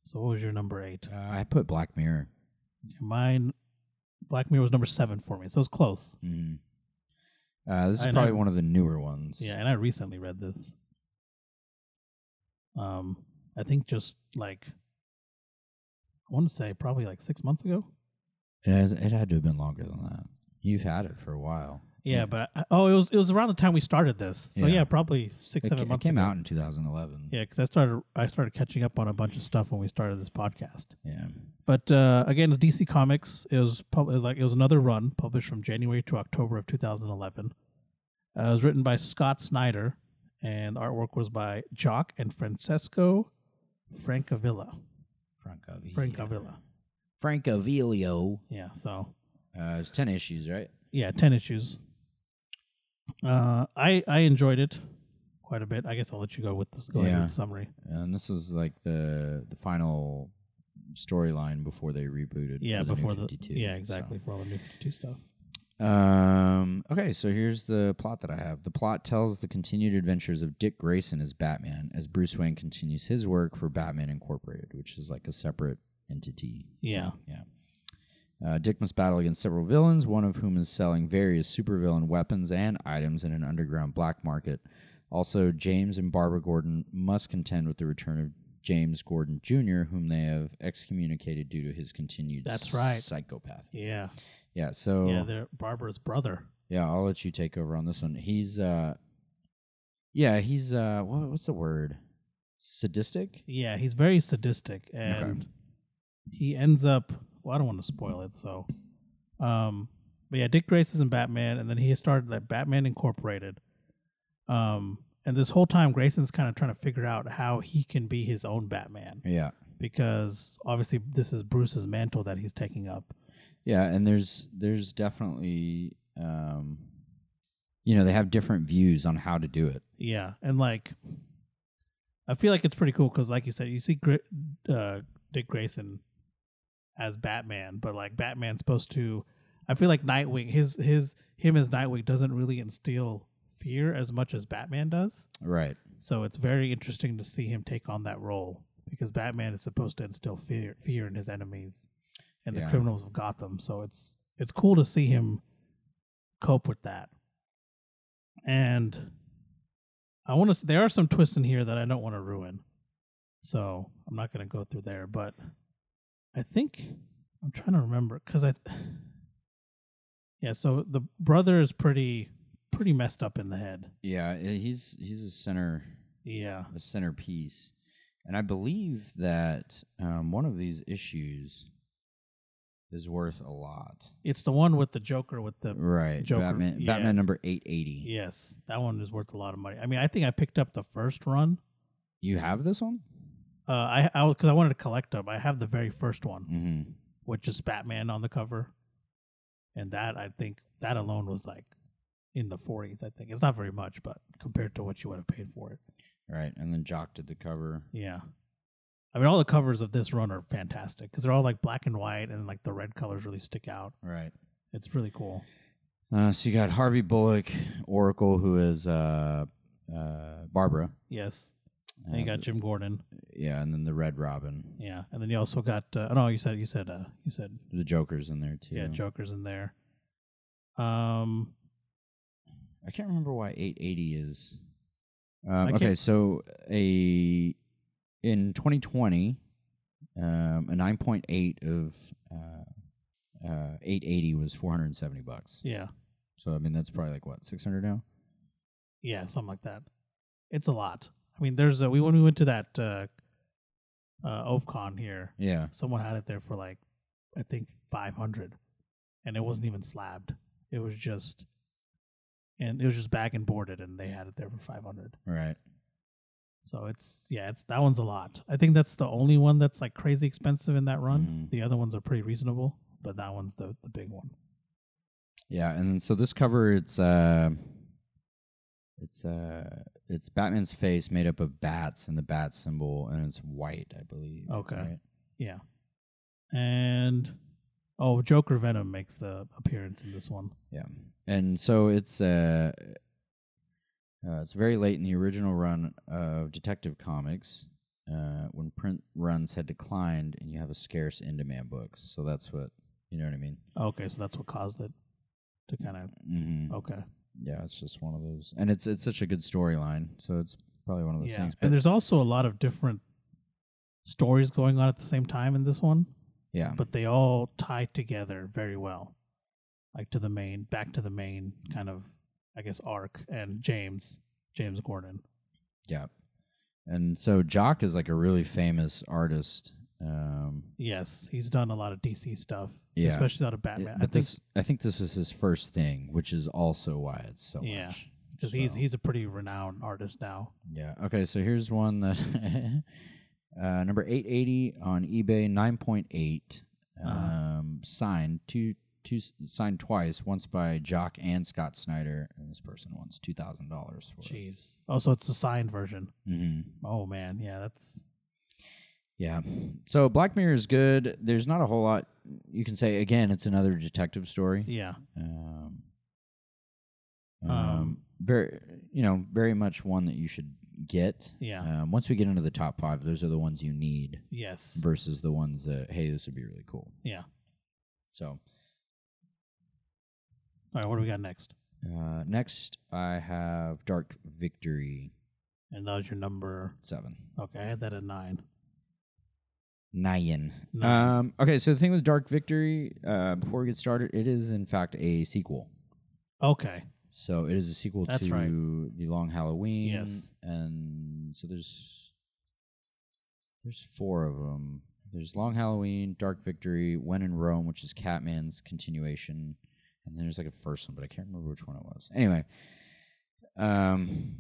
S1: So what was your number eight?
S2: Uh, I put Black Mirror.
S1: Mine, Black Mirror was number seven for me, so it's close.
S2: Mhm. Uh, this is
S1: I
S2: probably
S1: know.
S2: one of the newer ones.
S1: Yeah, and I recently read this. Um, I think just like I want to say probably like six months ago.
S2: It, has, it had to have been longer than that. You've had it for a while.
S1: Yeah,
S2: Yeah.
S1: but I, oh, it was it was around the time we started this. So
S2: Yeah.
S1: yeah, probably six
S2: It,
S1: seven
S2: ca- it
S1: months.
S2: came
S1: ago.
S2: out in 2011.
S1: Yeah, because I started I started catching up on a bunch of stuff when we started this podcast.
S2: Yeah.
S1: But uh, again, it's DC Comics. It was pub- it was like it was another run published from January to October of 2011. Uh, it was written by Scott Snyder, and the artwork was by Jock and Francesco Francavilla.
S2: Francavilla.
S1: Francavilla.
S2: Francavilio.
S1: Yeah. So
S2: Uh, it's 10 issues, right?
S1: yeah, ten issues. Uh, I I enjoyed it quite a bit. I guess I'll let you go with this. Go ahead
S2: Yeah.
S1: with the summary.
S2: And this was like the the final storyline before they rebooted.
S1: Yeah,
S2: for the new
S1: before the
S2: 52,
S1: yeah
S2: so.
S1: exactly for all the new 52 stuff.
S2: Um. Okay, so here's the plot that I have. The plot tells the continued adventures of Dick Grayson as Batman as Bruce Wayne continues his work for Batman Incorporated, which is like a separate entity.
S1: Yeah.
S2: Yeah. Uh, Dick must battle against several villains, one of whom is selling various supervillain weapons and items in an underground black market. Also, James and Barbara Gordon must contend with the return of James Gordon Jr., whom they have excommunicated due to his continued
S1: That's right.
S2: psychopath.
S1: Yeah.
S2: Yeah, so
S1: Yeah.
S2: yeah,
S1: They're Barbara's brother.
S2: I'll let you take over on this one. He's uh yeah, he's uh what, what's the word? sadistic.
S1: Yeah, he's very sadistic, and he ends up. Well, I don't want to spoil it, so. Um, but yeah, Dick Grayson in Batman, and then he started like Batman Incorporated. Um, and this whole time, Grayson's kind of trying to figure out how he can be his own Batman
S2: Yeah.
S1: because obviously this is Bruce's mantle that he's taking up.
S2: Yeah, and there's there's definitely um you know, they have different views on how to do it.
S1: Yeah, and like, I feel like it's pretty cool because, like you said, you see Gr- uh, Dick Grayson as Batman, but like Batman's supposed to. I feel like Nightwing, his his him as Nightwing doesn't really instill fear as much as Batman does.
S2: Right.
S1: So it's very interesting to see him take on that role because Batman is supposed to instill fear fear in his enemies and
S2: Yeah.
S1: the criminals of Gotham. So it's it's cool to see him cope with that. And I want to. There are some twists in here that I don't want to ruin, so I'm not going to go through there. But I think I'm trying to remember because I. Yeah, so the brother is pretty pretty messed up in the head.
S2: Yeah, i- he's he's a center
S1: Yeah.
S2: a centerpiece. And I believe that um one of these issues is worth a lot.
S1: It's the one with the Joker with the
S2: Right.
S1: Joker,
S2: Batman
S1: yeah.
S2: Batman number 880.
S1: yes. That one is worth a lot of money. I mean, I think I picked up the first run.
S2: You have this one?
S1: Uh, I I because I wanted to collect them. I have the very first one,
S2: Mhm.
S1: which is Batman on the cover, and that I think that alone was like in the forties. I think it's not very much, but compared to what you would have paid for it,
S2: Right. And then Jock did the cover.
S1: yeah. I mean, all the covers of this run are fantastic because they're all like black and white, and like the red colors really stick out.
S2: Right.
S1: It's really cool.
S2: Uh, so you got Harvey Bullock, Oracle, who is uh, uh, Barbara.
S1: Yes, and you
S2: Uh,
S1: got Jim Gordon.
S2: yeah, and then the Red Robin.
S1: Yeah, and then you also got uh, no, you said you said uh, you said
S2: The Joker's in there too.
S1: yeah, Joker's in there. Um,
S2: I can't remember why 880 is. Um,
S1: I
S2: okay,
S1: can't-
S2: so a in 2020, um, a 9.8 of uh, uh, 880 was 470 bucks.
S1: yeah,
S2: So I mean that's probably like what 600 now.
S1: yeah, something like that. It's a lot. I mean, there's a, we when we went to that uh, uh, OFCon here,
S2: Yeah.
S1: someone had it there for like I think 500, and it wasn't even slabbed. It was just, and it was just back and boarded, and they had it there for 500.
S2: Right.
S1: So it's yeah, it's that one's a lot. I think that's the only one that's like crazy expensive in that run.
S2: Mhm.
S1: The other ones are pretty reasonable, but that one's the the big one.
S2: Yeah, and so this cover it's uh it's uh it's Batman's face made up of bats and the bat symbol and it's white, I believe.
S1: Okay.
S2: right?
S1: Yeah. And oh, Joker Venom makes a appearance in this one.
S2: Yeah. And so it's uh, uh it's very late in the original run of Detective Comics. Uh, when print runs had declined and you have a scarce in demand books. So that's what you know what I mean?
S1: Okay, so that's what caused it to kind of
S2: Mm-hmm.
S1: okay.
S2: Yeah, it's just one of those and it's it's such a good storyline, so it's probably one of those
S1: Yeah.
S2: things.
S1: and there's also a lot of different stories going on at the same time in this one,
S2: yeah.
S1: but they all tie together very well. Like to the main, back to the main kind of I guess arc and James, James Gordon.
S2: Yeah. And so Jock is like a really famous artist. Um,
S1: Yes, he's done a lot of DC stuff,
S2: Yeah.
S1: especially out of
S2: it-
S1: Batman.
S2: but
S1: I think
S2: this, I think this is his first thing, which is also why it's so
S1: Yeah,
S2: much.
S1: because he's
S2: so-
S1: he's a pretty renowned artist now.
S2: Yeah. Okay. So here's one that uh, number 880 on eBay, 9.8, um,
S1: Uh-huh.
S2: signed two two s- signed twice, once by Jock and Scott Snyder, and this person wants two thousand dollars for it.
S1: Jeez. Oh, so it's a signed version.
S2: hmm
S1: Oh man, yeah, that's
S2: Yeah. So Black Mirror is good. There's not a whole lot you can say. Again, it's another detective story.
S1: yeah,
S2: Um,
S1: Um,
S2: um, very, you know, very much one that you should get.
S1: yeah,
S2: Um, once we get into the top five, those are the ones you need
S1: yes,
S2: versus the ones that hey, this would be really cool.
S1: yeah.
S2: So
S1: All right, what do we got next?
S2: uh, next, I have Dark Victory
S1: And that was your number.
S2: Seven.
S1: Okay, I had that at nine.
S2: Nyan.
S1: Nine.
S2: Um, okay, so the thing with Dark Victory, uh, before we get started, it is in fact a sequel.
S1: Okay,
S2: So it is a sequel
S1: That's
S2: to
S1: right.
S2: the Long Halloween.
S1: Yes.
S2: and so there's There's four of them. There's Long Halloween, Dark Victory, When in Rome, which is Catman's continuation, and then there's like a first one, but I can't remember which one it was. Anyway, um,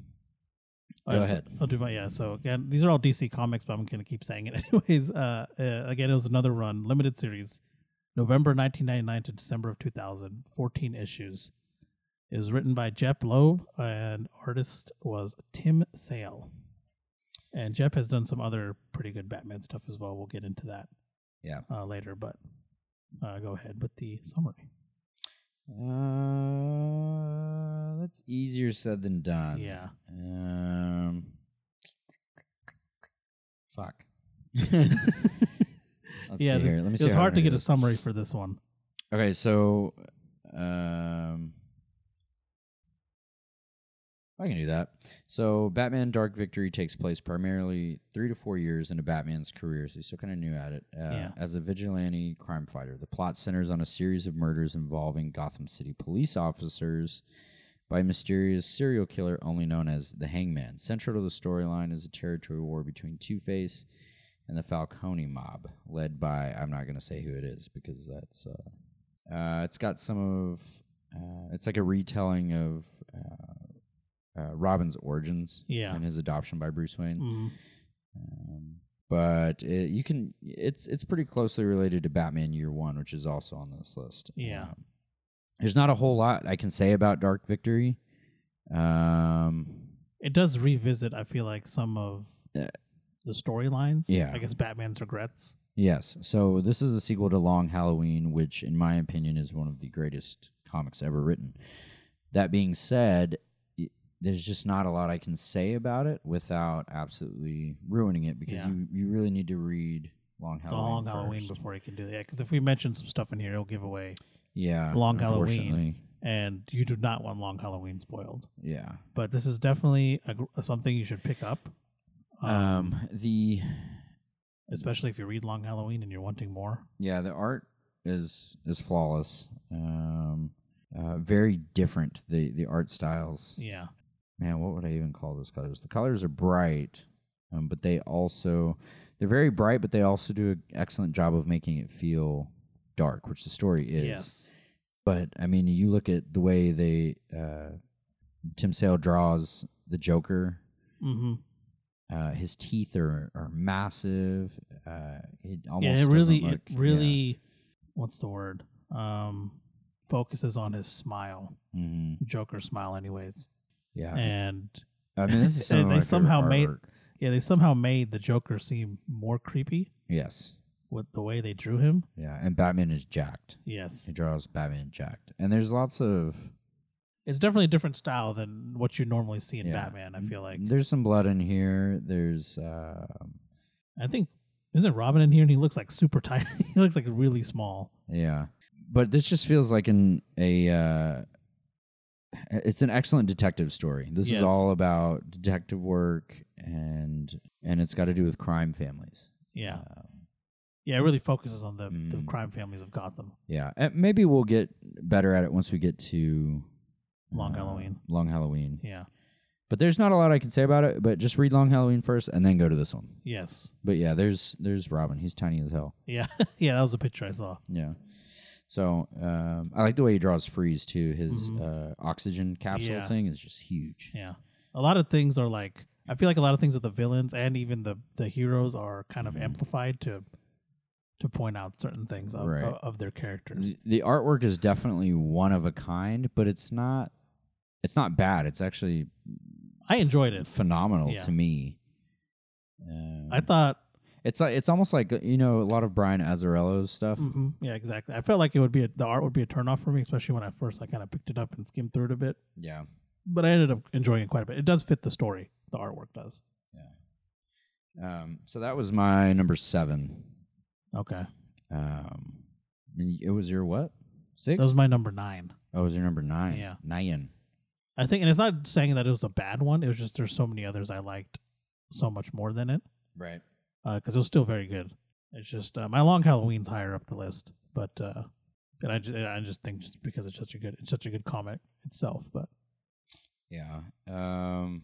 S1: All
S2: Go
S1: right, so
S2: ahead.
S1: I'll do my yeah. So again, these are all DC comics, but I'm gonna keep saying it anyways. Uh, uh, again, it was another run, limited series, November 1999 to December of 2000, 14 issues. It was written by Jep Loeb, and artist was Tim Sale. And Jep has done some other pretty good Batman stuff as well. We'll get into that
S2: Yeah.
S1: uh, later, but uh, go ahead with the summary.
S2: uh, that's easier said than done.
S1: Yeah.
S2: Um, fuck. Let's
S1: yeah,
S2: see
S1: this-
S2: here. Let me
S1: it
S2: see.
S1: was
S2: how I
S1: hard to
S2: remember
S1: get a
S2: this.
S1: summary for this one.
S2: Okay, so um I can do that. So Batman Dark Victory takes place primarily 3 to 4 years into Batman's career, so he's still kind of new at it. Uh,
S1: Yeah.
S2: as a vigilante crime fighter, the plot centers on a series of murders involving Gotham City police officers by a mysterious serial killer only known as the Hangman. Central to the storyline is a territory war between Two-Face and the Falcone mob, led by I'm not going to say who it is because that's uh, uh, it's got some of uh, it's like a retelling of uh, uh, Robin's origins
S1: Yeah.
S2: and his adoption by Bruce Wayne.
S1: Mm.
S2: Um, but it, you can it's it's pretty closely related to Batman Year One, which is also on this list.
S1: Yeah.
S2: Um, there's not a whole lot I can say about Dark Victory. Um,
S1: it does revisit i feel like some of
S2: Yeah.
S1: the storylines
S2: Yeah.
S1: i guess batman's regrets
S2: Yes. So this is a sequel to Long Halloween, which, in my opinion, is one of the greatest comics ever written. That being said, y- there's just not a lot I can say about it without absolutely ruining it because
S1: Yeah.
S2: you, you really need to read Long
S1: the
S2: Halloween.
S1: long halloween
S2: first.
S1: before he can do that yeah, because if we mention some stuff in here it'll give away
S2: Yeah.
S1: Long Halloween.
S2: unfortunately.
S1: and you do not want long halloween spoiled
S2: Yeah.
S1: but this is definitely a, gr- something you should pick up um,
S2: Um, the
S1: especially if you read long halloween and you're wanting more
S2: yeah the art is is flawless. Um, uh, very different the the art styles.
S1: yeah
S2: man, what would I even call those colors? The colors are bright, um, but they also they're very bright, but they also do an excellent job of making it feel dark, which the story is.
S1: yes
S2: But I mean, you look at the way they uh, Tim Sale draws the Joker.
S1: mm-hmm.
S2: Uh, his teeth are are massive. Uh, it almost
S1: yeah it really
S2: doesn't
S1: it
S2: look-
S1: really what's the word um focuses on his smile
S2: Yeah. hmm
S1: joker smile anyways
S2: yeah.
S1: and
S2: I mean, this is some
S1: and
S2: of
S1: Eh. they
S2: my favorite
S1: somehow made-
S2: artwork.
S1: Yeah, they somehow made the Joker seem more creepy
S2: yes,
S1: with the way they drew him.
S2: yeah, and Batman is jacked.
S1: Yes.
S2: He draws Batman jacked, and there's lots of
S1: It's definitely a different style than what you normally see in
S2: Yeah. Mm-hmm.
S1: Batman, I feel like.
S2: There's some blood in here. There's uh,
S1: I think isn't Robin in here and he looks like super tiny. he looks like really small.
S2: yeah, but this just feels like an a. Uh, it's an excellent detective story. This
S1: Yes.
S2: is all about detective work and and it's got to do with crime families.
S1: Yeah.
S2: Uh,
S1: Yeah, it really focuses on the, the
S2: Mm.
S1: crime families of Gotham.
S2: yeah, and maybe we'll get better at it once we get to uh,
S1: Long Halloween.
S2: Long Halloween.
S1: Yeah.
S2: But there's not a lot I can say about it. But just read Long Halloween first, and then go to this one.
S1: Yes.
S2: But yeah, there's there's Robin. He's tiny as hell.
S1: Yeah. yeah, that was the picture I saw.
S2: Yeah. So um, I like the way he draws freeze too. His uh, oxygen capsule
S1: Mm-hmm. Yeah.
S2: thing is just huge.
S1: Yeah. A lot of things are like I feel like a lot of things of the villains and even the the heroes are kind of
S2: Mhm.
S1: amplified to to point out certain things of,
S2: Right.
S1: of, of their characters.
S2: Th- The artwork is definitely one of a kind, but it's not. It's not bad. It's actually
S1: I enjoyed it.
S2: phenomenal
S1: Yeah.
S2: to me. Um,
S1: I thought,
S2: it's like it's almost like you know a lot of Brian Azzarello's stuff.
S1: mhm, yeah, exactly. I felt like it would be a, the art would be a turnoff for me, especially when I first I kind of picked it up and skimmed through it a bit.
S2: Yeah,
S1: But I ended up enjoying it quite a bit. It does fit the story. The artwork does.
S2: um, so that was my number seven.
S1: Okay,
S2: Um, it was your what
S1: that
S2: six?
S1: was my number nine.
S2: oh, it was your number nine?
S1: Yeah.
S2: nine.
S1: I think, and it's not saying that it was a bad one. It was just there's so many others I liked so much more than it
S2: Right.
S1: because it was still very good. It's just uh, my long Halloween's higher up the list, but uh, and I just, I just think just because it's such a good it's such a good comic itself. But
S2: Yeah. Um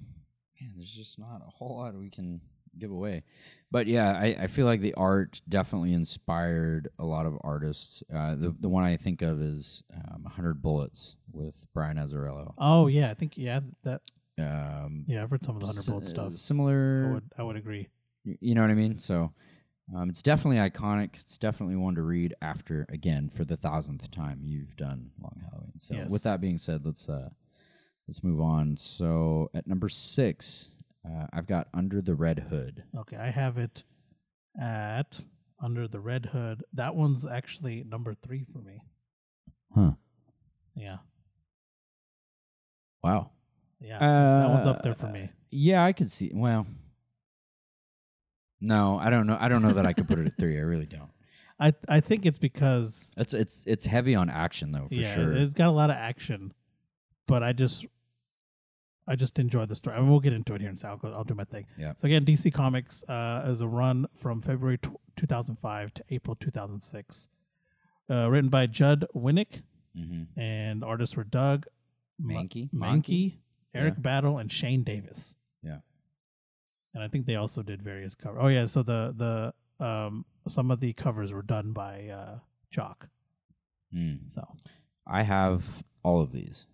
S2: man, there's just not a whole lot we can give away. But yeah, I, I feel like the art definitely inspired a lot of artists. Uh, the the one I think of is um, 100 Bullets with Brian Azzarello.
S1: Oh yeah, I think yeah that
S2: Um,
S1: yeah I've read some of the hundred bullet
S2: si-
S1: stuff. Oh, I
S2: Similar,
S1: would I would agree.
S2: y- you know what I mean? So um, it's definitely iconic. It's definitely one to read after, again, for the thousandth time you've done Long Halloween. So
S1: Yes.
S2: with that being said, let's uh, let's move on. So at number six, uh, I've got Under the Red Hood.
S1: Okay, I have it at under the red hood. That one's actually number three for me.
S2: Huh.
S1: Yeah,
S2: Wow.
S1: yeah, that one's up there for
S2: Uh,
S1: me.
S2: Yeah, I could see. Well, no, I don't know. I don't know that I could put it at three. I really don't.
S1: I I think it's because
S2: It's it's it's heavy on action though, Oh, for
S1: yeah,
S2: sure.
S1: it, has got a lot of action, but I just I just enjoy the story. I mean, we'll get into it here in a second. I'll go- I'll do my thing.
S2: Yeah.
S1: So again, DC Comics uh, is a run from February tw 2005 to April 2006, uh, written by Judd Winnick,
S2: mm-hmm.
S1: and artists were Doug Ma-
S2: Mankey,
S1: Mankey, Eric
S2: Yeah.
S1: Battle, and Shane Davis.
S2: Yeah.
S1: And I think they also did various covers. Oh yeah, so the the um some of the covers were done by uh Jock.
S2: Mm.
S1: So
S2: I have all of these.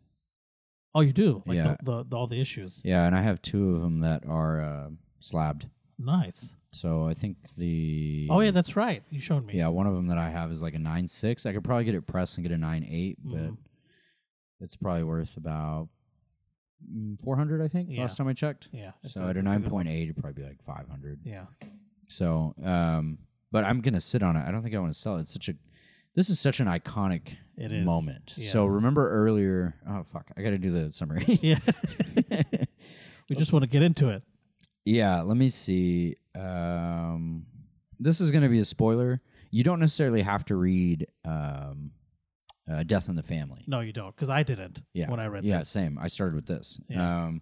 S1: oh, you do like
S2: Yeah.
S1: the, the, the all the issues.
S2: Yeah, and I have two of them that are uh, slabbed.
S1: Nice.
S2: So I think the
S1: Oh yeah, that's right. You showed me.
S2: yeah one of them that I have is like a nine six. I could probably get it pressed and get a nine eight, but
S1: Mhm.
S2: it's probably worth about mm, four hundred. I think
S1: Yeah.
S2: last time I checked.
S1: yeah. it's
S2: so at a
S1: it's
S2: nine
S1: good one.
S2: point eight, it'd probably be like five hundred.
S1: Yeah.
S2: So, um, but I'm gonna sit on it. I don't think I want to sell it. It's such a this is such an iconic
S1: It is.
S2: moment.
S1: Yes.
S2: So remember earlier. Oh fuck, I got to do the summary.
S1: Yeah. we just want to get into it.
S2: yeah. Let me see. Um, this is gonna be a spoiler. You don't necessarily have to read um, uh, Death in the Family.
S1: No, you don't, because I didn't.
S2: yeah.
S1: When I read
S2: yeah,
S1: this.
S2: same. I started with this.
S1: Yeah.
S2: Um,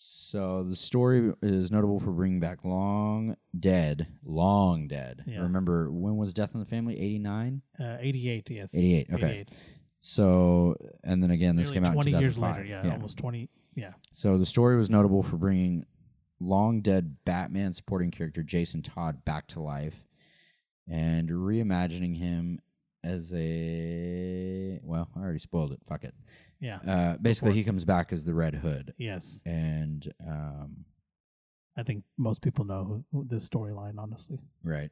S2: so the story is notable for bringing back long dead, long dead.
S1: Yes.
S2: Remember when was Death in the Family? Eighty nine.
S1: Uh, 88. Yes.
S2: 88, okay. So and then again, this
S1: Nearly
S2: came out in
S1: 20 years
S2: 2005.
S1: later. Yeah, Almost 20. Yeah.
S2: So the story was notable for bringing long dead Batman supporting character Jason Todd back to life and reimagining him as a well, I already spoiled it. Fuck it.
S1: Yeah.
S2: Uh, basically,
S1: for it.
S2: he comes back as the Red Hood,
S1: yes.
S2: and um,
S1: I think most people know who, who this storyline, honestly.
S2: Right.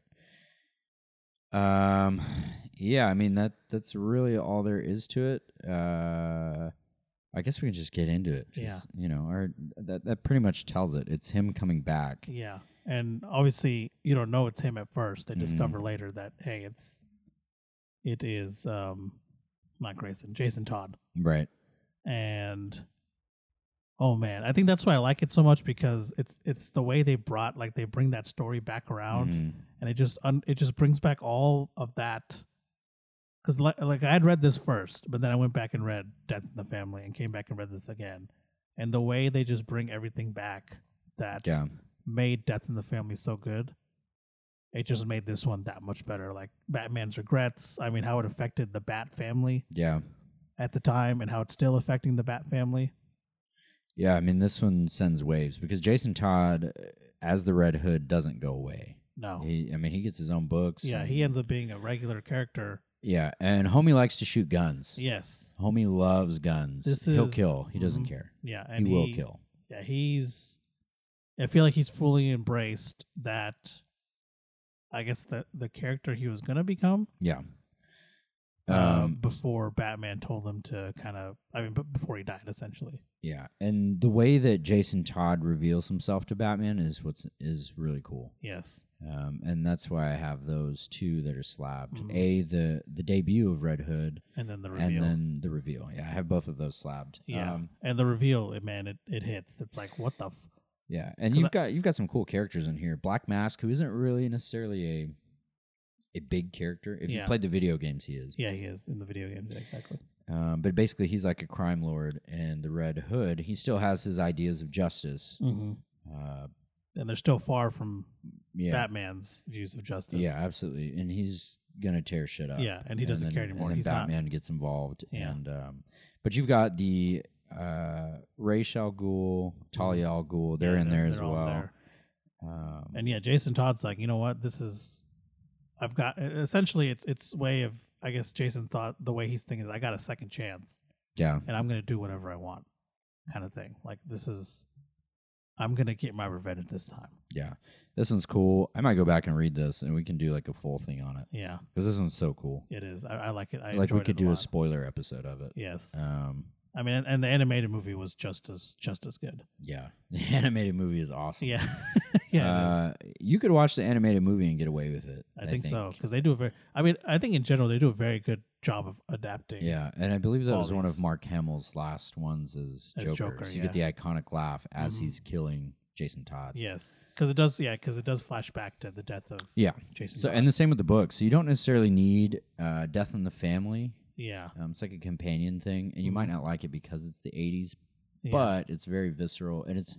S2: Um yeah, I mean that that's really all there is to it. Uh I guess we can just get into it.
S1: Yeah.
S2: Just, You know, or that that pretty much tells it. It's him coming back.
S1: Yeah. And obviously, you don't know it's him at first. They
S2: Mhm.
S1: discover later that, hey, it's, it is, um, not Grayson, Jason Todd.
S2: Right.
S1: and oh man i think that's why i like it so much because it's it's the way they brought like they bring that story back around
S2: Mhm.
S1: and it just un, it just brings back all of that because like, like i had read this first but then i went back and read death in the family and came back and read this again and the way they just bring everything back that
S2: Yeah.
S1: made death in the family so good it just made this one that much better like batman's regrets i mean how it affected the bat family
S2: Yeah.
S1: at the time and how it's still affecting the bat family
S2: Yeah, I mean this one sends waves because Jason Todd uh, as the Red Hood doesn't go away.
S1: No.
S2: He I mean he gets his own books.
S1: Oh. yeah,
S2: and-
S1: he ends up being a regular character.
S2: Yeah, and homie likes to shoot guns.
S1: Yes.
S2: Homie loves guns.
S1: This
S2: He'll
S1: is-
S2: kill. He doesn't
S1: Mhm.
S2: care.
S1: Yeah, and
S2: he will kill.
S1: Yeah, he's. I feel like he's fully embraced that. I guess the the character he was gonna become
S2: Yeah.
S1: uh,
S2: Um,
S1: before Batman told him to kind of. I mean, b- before he died, essentially.
S2: yeah, and the way that Jason Todd reveals himself to Batman is what's is really cool,
S1: Yes.
S2: um, and that's why I have those two that are slabbed.
S1: Mhm.
S2: A the the debut of Red Hood,
S1: And then the reveal.
S2: and then the reveal. Yeah, I have both of those slabbed.
S1: yeah,
S2: um,
S1: and the reveal, it, man, it, it hits. It's like what the. F-
S2: yeah, and
S1: 'Cause
S2: you've
S1: I-
S2: got you've got some cool characters in here. Black Mask, who isn't really necessarily a a big character. If
S1: Yeah.
S2: you've played the video games, he is.
S1: yeah, he is in the video games yeah, exactly.
S2: Um, but basically, he's like a crime lord, and the Red Hood, he still has his ideas of justice.
S1: Mm-hmm.
S2: Uh,
S1: And they're still far from
S2: yeah,
S1: Batman's views of justice.
S2: Yeah, absolutely. And he's gonna tear shit up.
S1: Yeah, and he doesn't
S2: then-
S1: care anymore.
S2: And then
S1: He's not-
S2: Batman gets involved.
S1: Yeah.
S2: And um, but you've got the uh, Ra's al Ghul, Talia al Ghul. They're
S1: Mm-hmm. Yeah,
S2: in there as
S1: they're all
S2: well.
S1: there.
S2: Um,
S1: And yeah, Jason Todd's like, you know what? This is, I've got. e-, Essentially, it's it's way of I guess Jason thought the way he's thinking. is, I got a second chance,
S2: yeah,
S1: and I'm gonna do whatever I want, kind of thing. Like this is, I'm gonna get my revenge this time.
S2: yeah. This one's cool. I might go back and read this, and we can do like a full thing on it
S1: Yeah,
S2: because this one's so cool.
S1: it is. I, I like it. I
S2: like we
S1: enjoyed it
S2: could
S1: a
S2: do a
S1: lot.
S2: spoiler episode of it.
S1: Yes,
S2: Um,
S1: I mean, and, and the animated movie was just as just as good.
S2: yeah, the animated movie is awesome.
S1: Yeah, yeah. it is.
S2: uh, you could watch the animated movie and get away with it.
S1: I, think, so because they do a very. I mean, I think in general they do a very good job of adapting.
S2: Yeah, and I believe that
S1: All
S2: was one of
S1: these.
S2: Mark Hamill's last ones as,
S1: As
S2: Joker.
S1: Joker,
S2: so you get the iconic laugh as
S1: Mhm.
S2: he's killing Jason Todd.
S1: Yes, because it does. Yeah, because it does flash back to the death of
S2: Yeah.
S1: Jason.
S2: So
S1: Todd.
S2: and the same with the book. So you don't necessarily need uh, Death in the Family.
S1: yeah,
S2: Um, it's like a companion thing, and you might not like it because it's the '80s,
S1: Mm-hmm. yeah.
S2: but it's very visceral and it's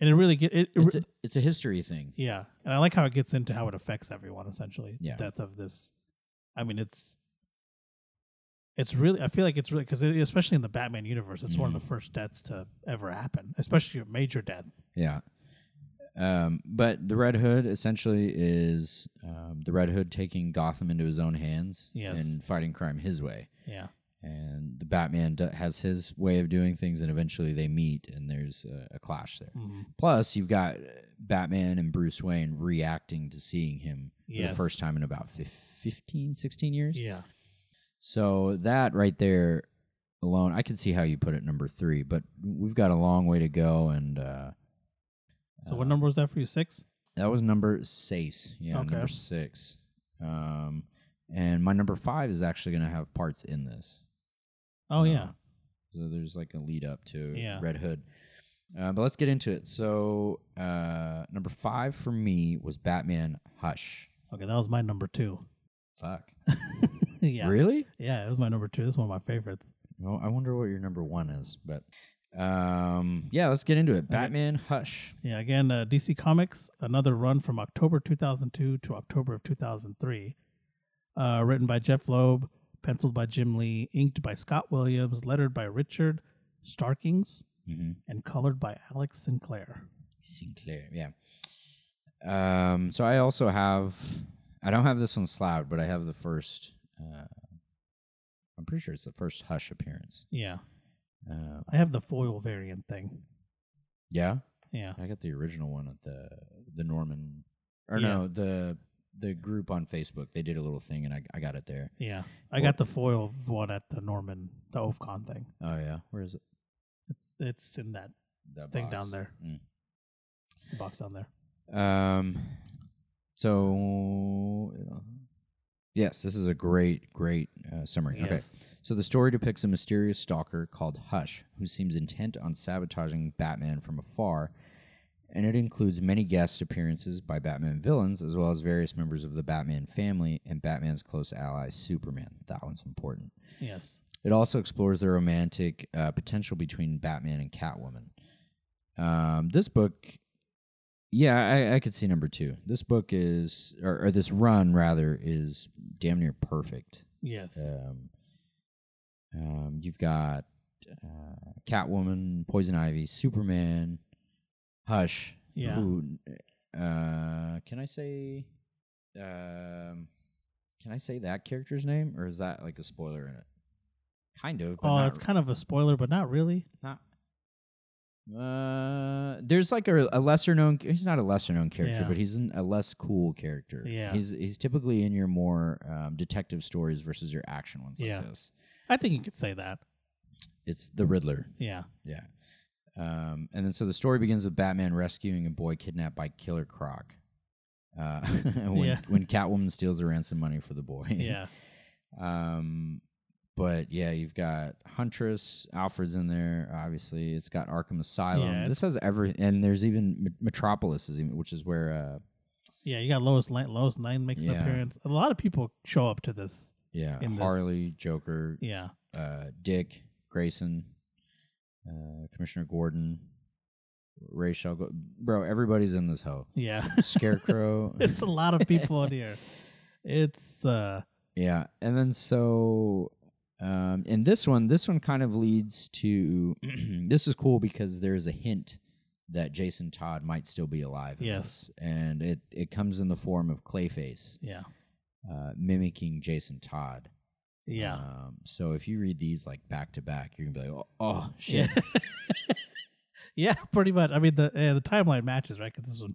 S1: and it really get it. it
S2: it's
S1: re-
S2: a, it's a history thing.
S1: yeah, and I like how it gets into how it affects everyone. Essentially,
S2: Yeah.
S1: the death of this. I mean, it's it's really. I feel like it's really because it, especially in the Batman universe, it's
S2: Mm.
S1: one of the first deaths to ever happen, especially a major death.
S2: Yeah. Um, but the Red Hood essentially is um, the Red Hood taking Gotham into his own hands
S1: Yes.
S2: and fighting crime his way.
S1: Yeah,
S2: and the Batman d- has his way of doing things, and eventually they meet, and there's a, a clash there.
S1: Mhm.
S2: Plus, you've got uh, Batman and Bruce Wayne reacting to seeing him for
S1: Yes.
S2: the first time in about fif- 15, 16 years.
S1: yeah,
S2: So that right there alone, I can see how you put it number three, but we've got a long way to go, and uh,
S1: So what number was that for you? Six.
S2: that was number six. Yeah,
S1: Okay.
S2: number six. Um, and my number five is actually going to have parts in this.
S1: Oh
S2: Uh,
S1: yeah,
S2: So there's like a lead up to
S1: Yeah.
S2: Red Hood. Uh, but let's get into it. So uh, number five for me was Batman Hush.
S1: okay, that was my number two.
S2: Fuck.
S1: yeah,
S2: Really?
S1: yeah, it was my number two. This is one of my favorites.
S2: Well, I wonder what your number one is. But um, yeah, let's get into it. Batman Hush.
S1: Yeah, again, uh, DC Comics, another run from October 2002 to October of 2003. Uh, written by Jeff Loeb, penciled by Jim Lee, inked by Scott Williams, lettered by Richard Starkings,
S2: Mm-hmm.
S1: and colored by Alex Sinclair.
S2: Sinclair. Yeah. Um, so I also have. I don't have this one slab, but I have the first. Uh, I'm pretty sure it's the first Hush appearance.
S1: Yeah,
S2: Uh,
S1: I have the foil variant thing.
S2: yeah.
S1: Yeah,
S2: I got the original one at the the Norman or
S1: Yeah.
S2: no the the group on Facebook. They did a little thing and I I got it there.
S1: yeah, I got the foil one at the Norman, the Ofcon thing.
S2: Oh yeah, where is it?
S1: It's it's in that
S2: That
S1: Thing
S2: box.
S1: down there.
S2: Mm.
S1: box down there.
S2: Um, so yes, this is a great great uh, summary. Okay,
S1: Yes.
S2: so the story depicts a mysterious stalker called Hush who seems intent on sabotaging Batman from afar. And it includes many guest appearances by Batman villains, as well as various members of the Batman family and Batman's close ally, Superman. That one's important.
S1: Yes.
S2: It also explores the romantic uh, potential between Batman and Catwoman. Um, this book, yeah, I, I could see number two. This book is, or, or this run rather, is damn near perfect.
S1: Yes.
S2: Um, um, you've got uh, Catwoman, Poison Ivy, Superman, Hush.
S1: Yeah.
S2: Who, uh, can I say? Um, can I say that character's name, or is that like a spoiler in it? Kind of. But
S1: oh,
S2: not,
S1: it's kind of a spoiler, but not really.
S2: not. Uh, there's like a, a lesser known. He's not a lesser known character,
S1: Yeah.
S2: but he's an, a less cool character.
S1: Yeah.
S2: he's he's typically in your more um, detective stories versus your action ones
S1: Yeah.
S2: like this.
S1: I think you could say that.
S2: It's the Riddler.
S1: Yeah.
S2: Yeah. Um, and then so the story begins with Batman rescuing a boy kidnapped by Killer Croc. Uh, when,
S1: Yeah.
S2: when Catwoman steals the ransom money for the boy.
S1: Yeah.
S2: Um, but yeah, you've got Huntress, Alfred's in there. Obviously, it's got Arkham Asylum.
S1: Yeah,
S2: this has every, and there's even Me- Metropolis, is even, which is where, uh,
S1: Yeah, you got Lois Lane. Lois Lane makes an
S2: Yeah.
S1: appearance. A lot of people show up to this.
S2: yeah,
S1: In this-
S2: Harley, Joker,
S1: Yeah,
S2: uh, Dick Grayson, uh, Commissioner Gordon, Rachel. Go- bro, everybody's in this hoe.
S1: yeah.
S2: Scarecrow.
S1: There's a lot of people in here. It's uh,
S2: yeah, and then so um, in this one, this one kind of leads to this is cool because there's a hint that Jason Todd might still be alive. in
S1: Yes.
S2: this. and it it comes in the form of Clayface
S1: Yeah.
S2: uh, mimicking Jason Todd.
S1: Yeah.
S2: Um, so if you read these like back to back, you're gonna be like, oh, oh, shit.
S1: Yeah. yeah, pretty much. I mean, the yeah, the timeline matches, right? Because this was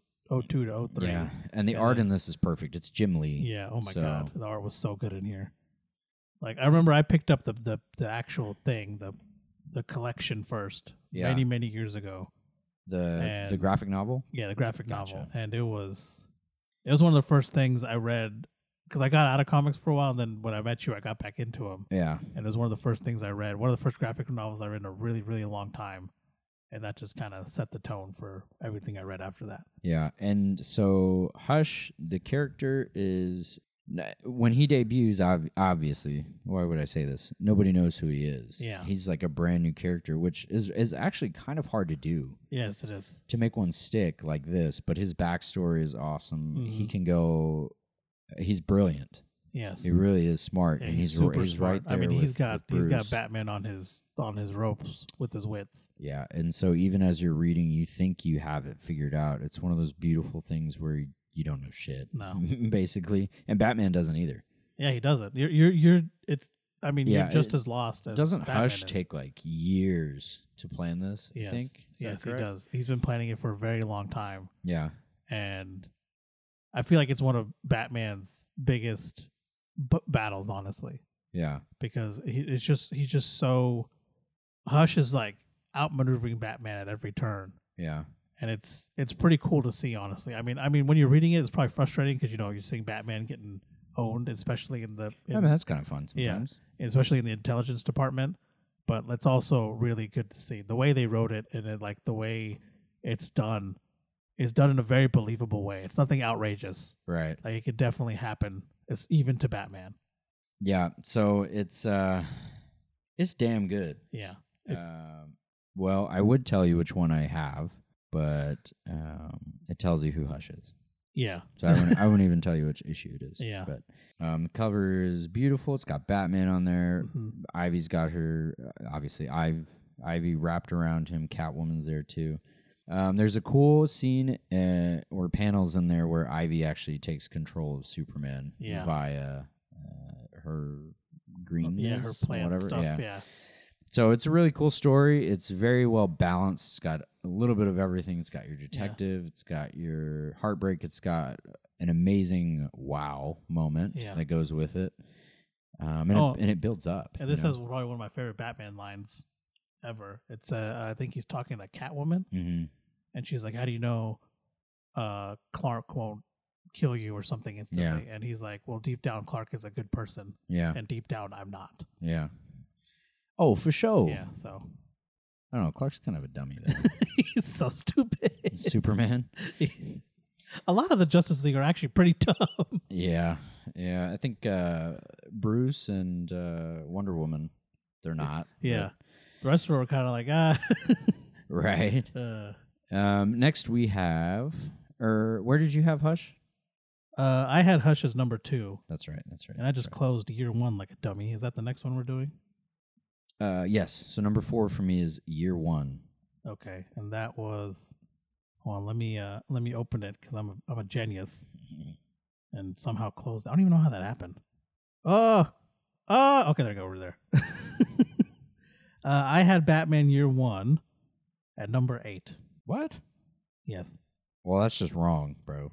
S1: 02 to 03.
S2: Yeah, and the
S1: And
S2: art
S1: then-
S2: in this is perfect. It's Jim Lee.
S1: Yeah, Oh my
S2: So-
S1: god, the art was so good in here. Like I remember, I picked up the the, the actual thing, the the collection first,
S2: Yeah.
S1: many many years ago.
S2: the the
S1: And-
S2: graphic novel.
S1: Yeah, the graphic
S2: Gotcha.
S1: novel, and it was it was one of the first things I read because I got out of comics for a while, and then when I met you, I got back into them,
S2: Yeah,
S1: and it was one of the first things I read, one of the first graphic novels I read in a really really long time, and that just kind of set the tone for everything I read after that.
S2: yeah. And so Hush, the character is when he debuts. ob- Obviously, why would I say this? Nobody knows who he is.
S1: Yeah.
S2: he's like a brand new character, which is is actually kind of hard to do.
S1: Yes, it is.
S2: to make one stick like this, but his backstory is awesome. He
S1: Mhm.
S2: can go. He's brilliant.
S1: Yes.
S2: He really is smart,
S1: Yeah,
S2: and
S1: he's,
S2: he's, r-
S1: super
S2: he's
S1: smart.
S2: right there.
S1: I mean, he's
S2: with-
S1: got
S2: with
S1: he's got
S2: Bruce.
S1: Batman on his on his ropes with his wits.
S2: Yeah, and so even as you're reading, you think you have it figured out. It's one of those beautiful things where you, you don't know shit,
S1: No.
S2: basically. And Batman doesn't either.
S1: Yeah, he does it. You're you're, you're it's. I mean,
S2: Yeah,
S1: you're just
S2: it-
S1: as lost as
S2: doesn't
S1: Batman
S2: Hush
S1: is.
S2: take like years to plan this?
S1: Yes,
S2: You think? Is that
S1: yes, he
S2: correct?
S1: does. He's been planning it for a very long time,
S2: Yeah,
S1: and I feel like it's one of Batman's biggest b- battles, honestly,
S2: yeah,
S1: because he, it's just he's just so Hush is like outmaneuvering Batman at every turn.
S2: yeah,
S1: and it's it's pretty cool to see honestly i mean i mean when you're reading it it's probably frustrating because you know you're seeing batman getting owned especially in the in,
S2: I mean that's kind of fun
S1: Yeah.
S2: sometimes.
S1: especially in the intelligence department but it's also really good to see the way they wrote it and it, like the way it's done is done in a very believable way it's nothing outrageous
S2: Right.
S1: like it could definitely happen it's even to batman
S2: Yeah, so it's uh it's damn good.
S1: yeah If-
S2: Um, well, I would tell you which one I have, but um, it tells you who Hush is.
S1: yeah
S2: So I wouldn't, I wouldn't even tell you which issue it is.
S1: Yeah.
S2: But um, the cover is beautiful. It's got Batman on there.
S1: Mhm.
S2: Ivy's got her, uh, obviously, Iv Ivy wrapped around him. Catwoman's there too. Um, there's a cool scene uh, or panels in there where Ivy actually takes control of Superman
S1: Yeah.
S2: via uh, her green
S1: yeah her plant
S2: whatever.
S1: stuff
S2: yeah.
S1: yeah.
S2: So it's a really cool story. It's very well balanced. It's got a little bit of everything. It's got your detective. It's got your heartbreak. It's got an amazing wow moment
S1: Yeah.
S2: that goes with it. Um, and,
S1: Oh.
S2: it, and it builds up.
S1: and this has probably one of my favorite batman lines ever it's uh, i think he's talking to catwoman
S2: hmm
S1: and she's like, "How do you know uh, Clark won't kill you or something instantly?" And he's like, "Well, deep down, Clark is a good person,
S2: Yeah,
S1: and deep down, I'm not."
S2: yeah. Oh, for sure.
S1: Yeah, so
S2: I don't know. Clark's kind of a dummy. Though.
S1: he's so stupid.
S2: Superman.
S1: a lot of the Justice League are actually pretty dumb.
S2: Yeah, yeah. I think uh, Bruce and uh, Wonder Woman. They're not.
S1: yeah, the rest of them are kind of like, ah,
S2: but- right.
S1: uh,
S2: Um, next we have, or where did you have Hush?
S1: uh, I had Hush as number two,
S2: That's right. That's right.
S1: and I
S2: that's
S1: just closed year one like a dummy. Is that the next one we're doing?
S2: right. uh, yes. So number four for me is Year One.
S1: Okay, and that was. Hold on, let me uh, let me open it because I'm a, I'm a genius. and somehow closed. I don't even know how that happened. Oh, oh, okay, there we go over there. uh, I had Batman Year One at number eight.
S2: What?
S1: Yes.
S2: Well, that's just wrong, bro.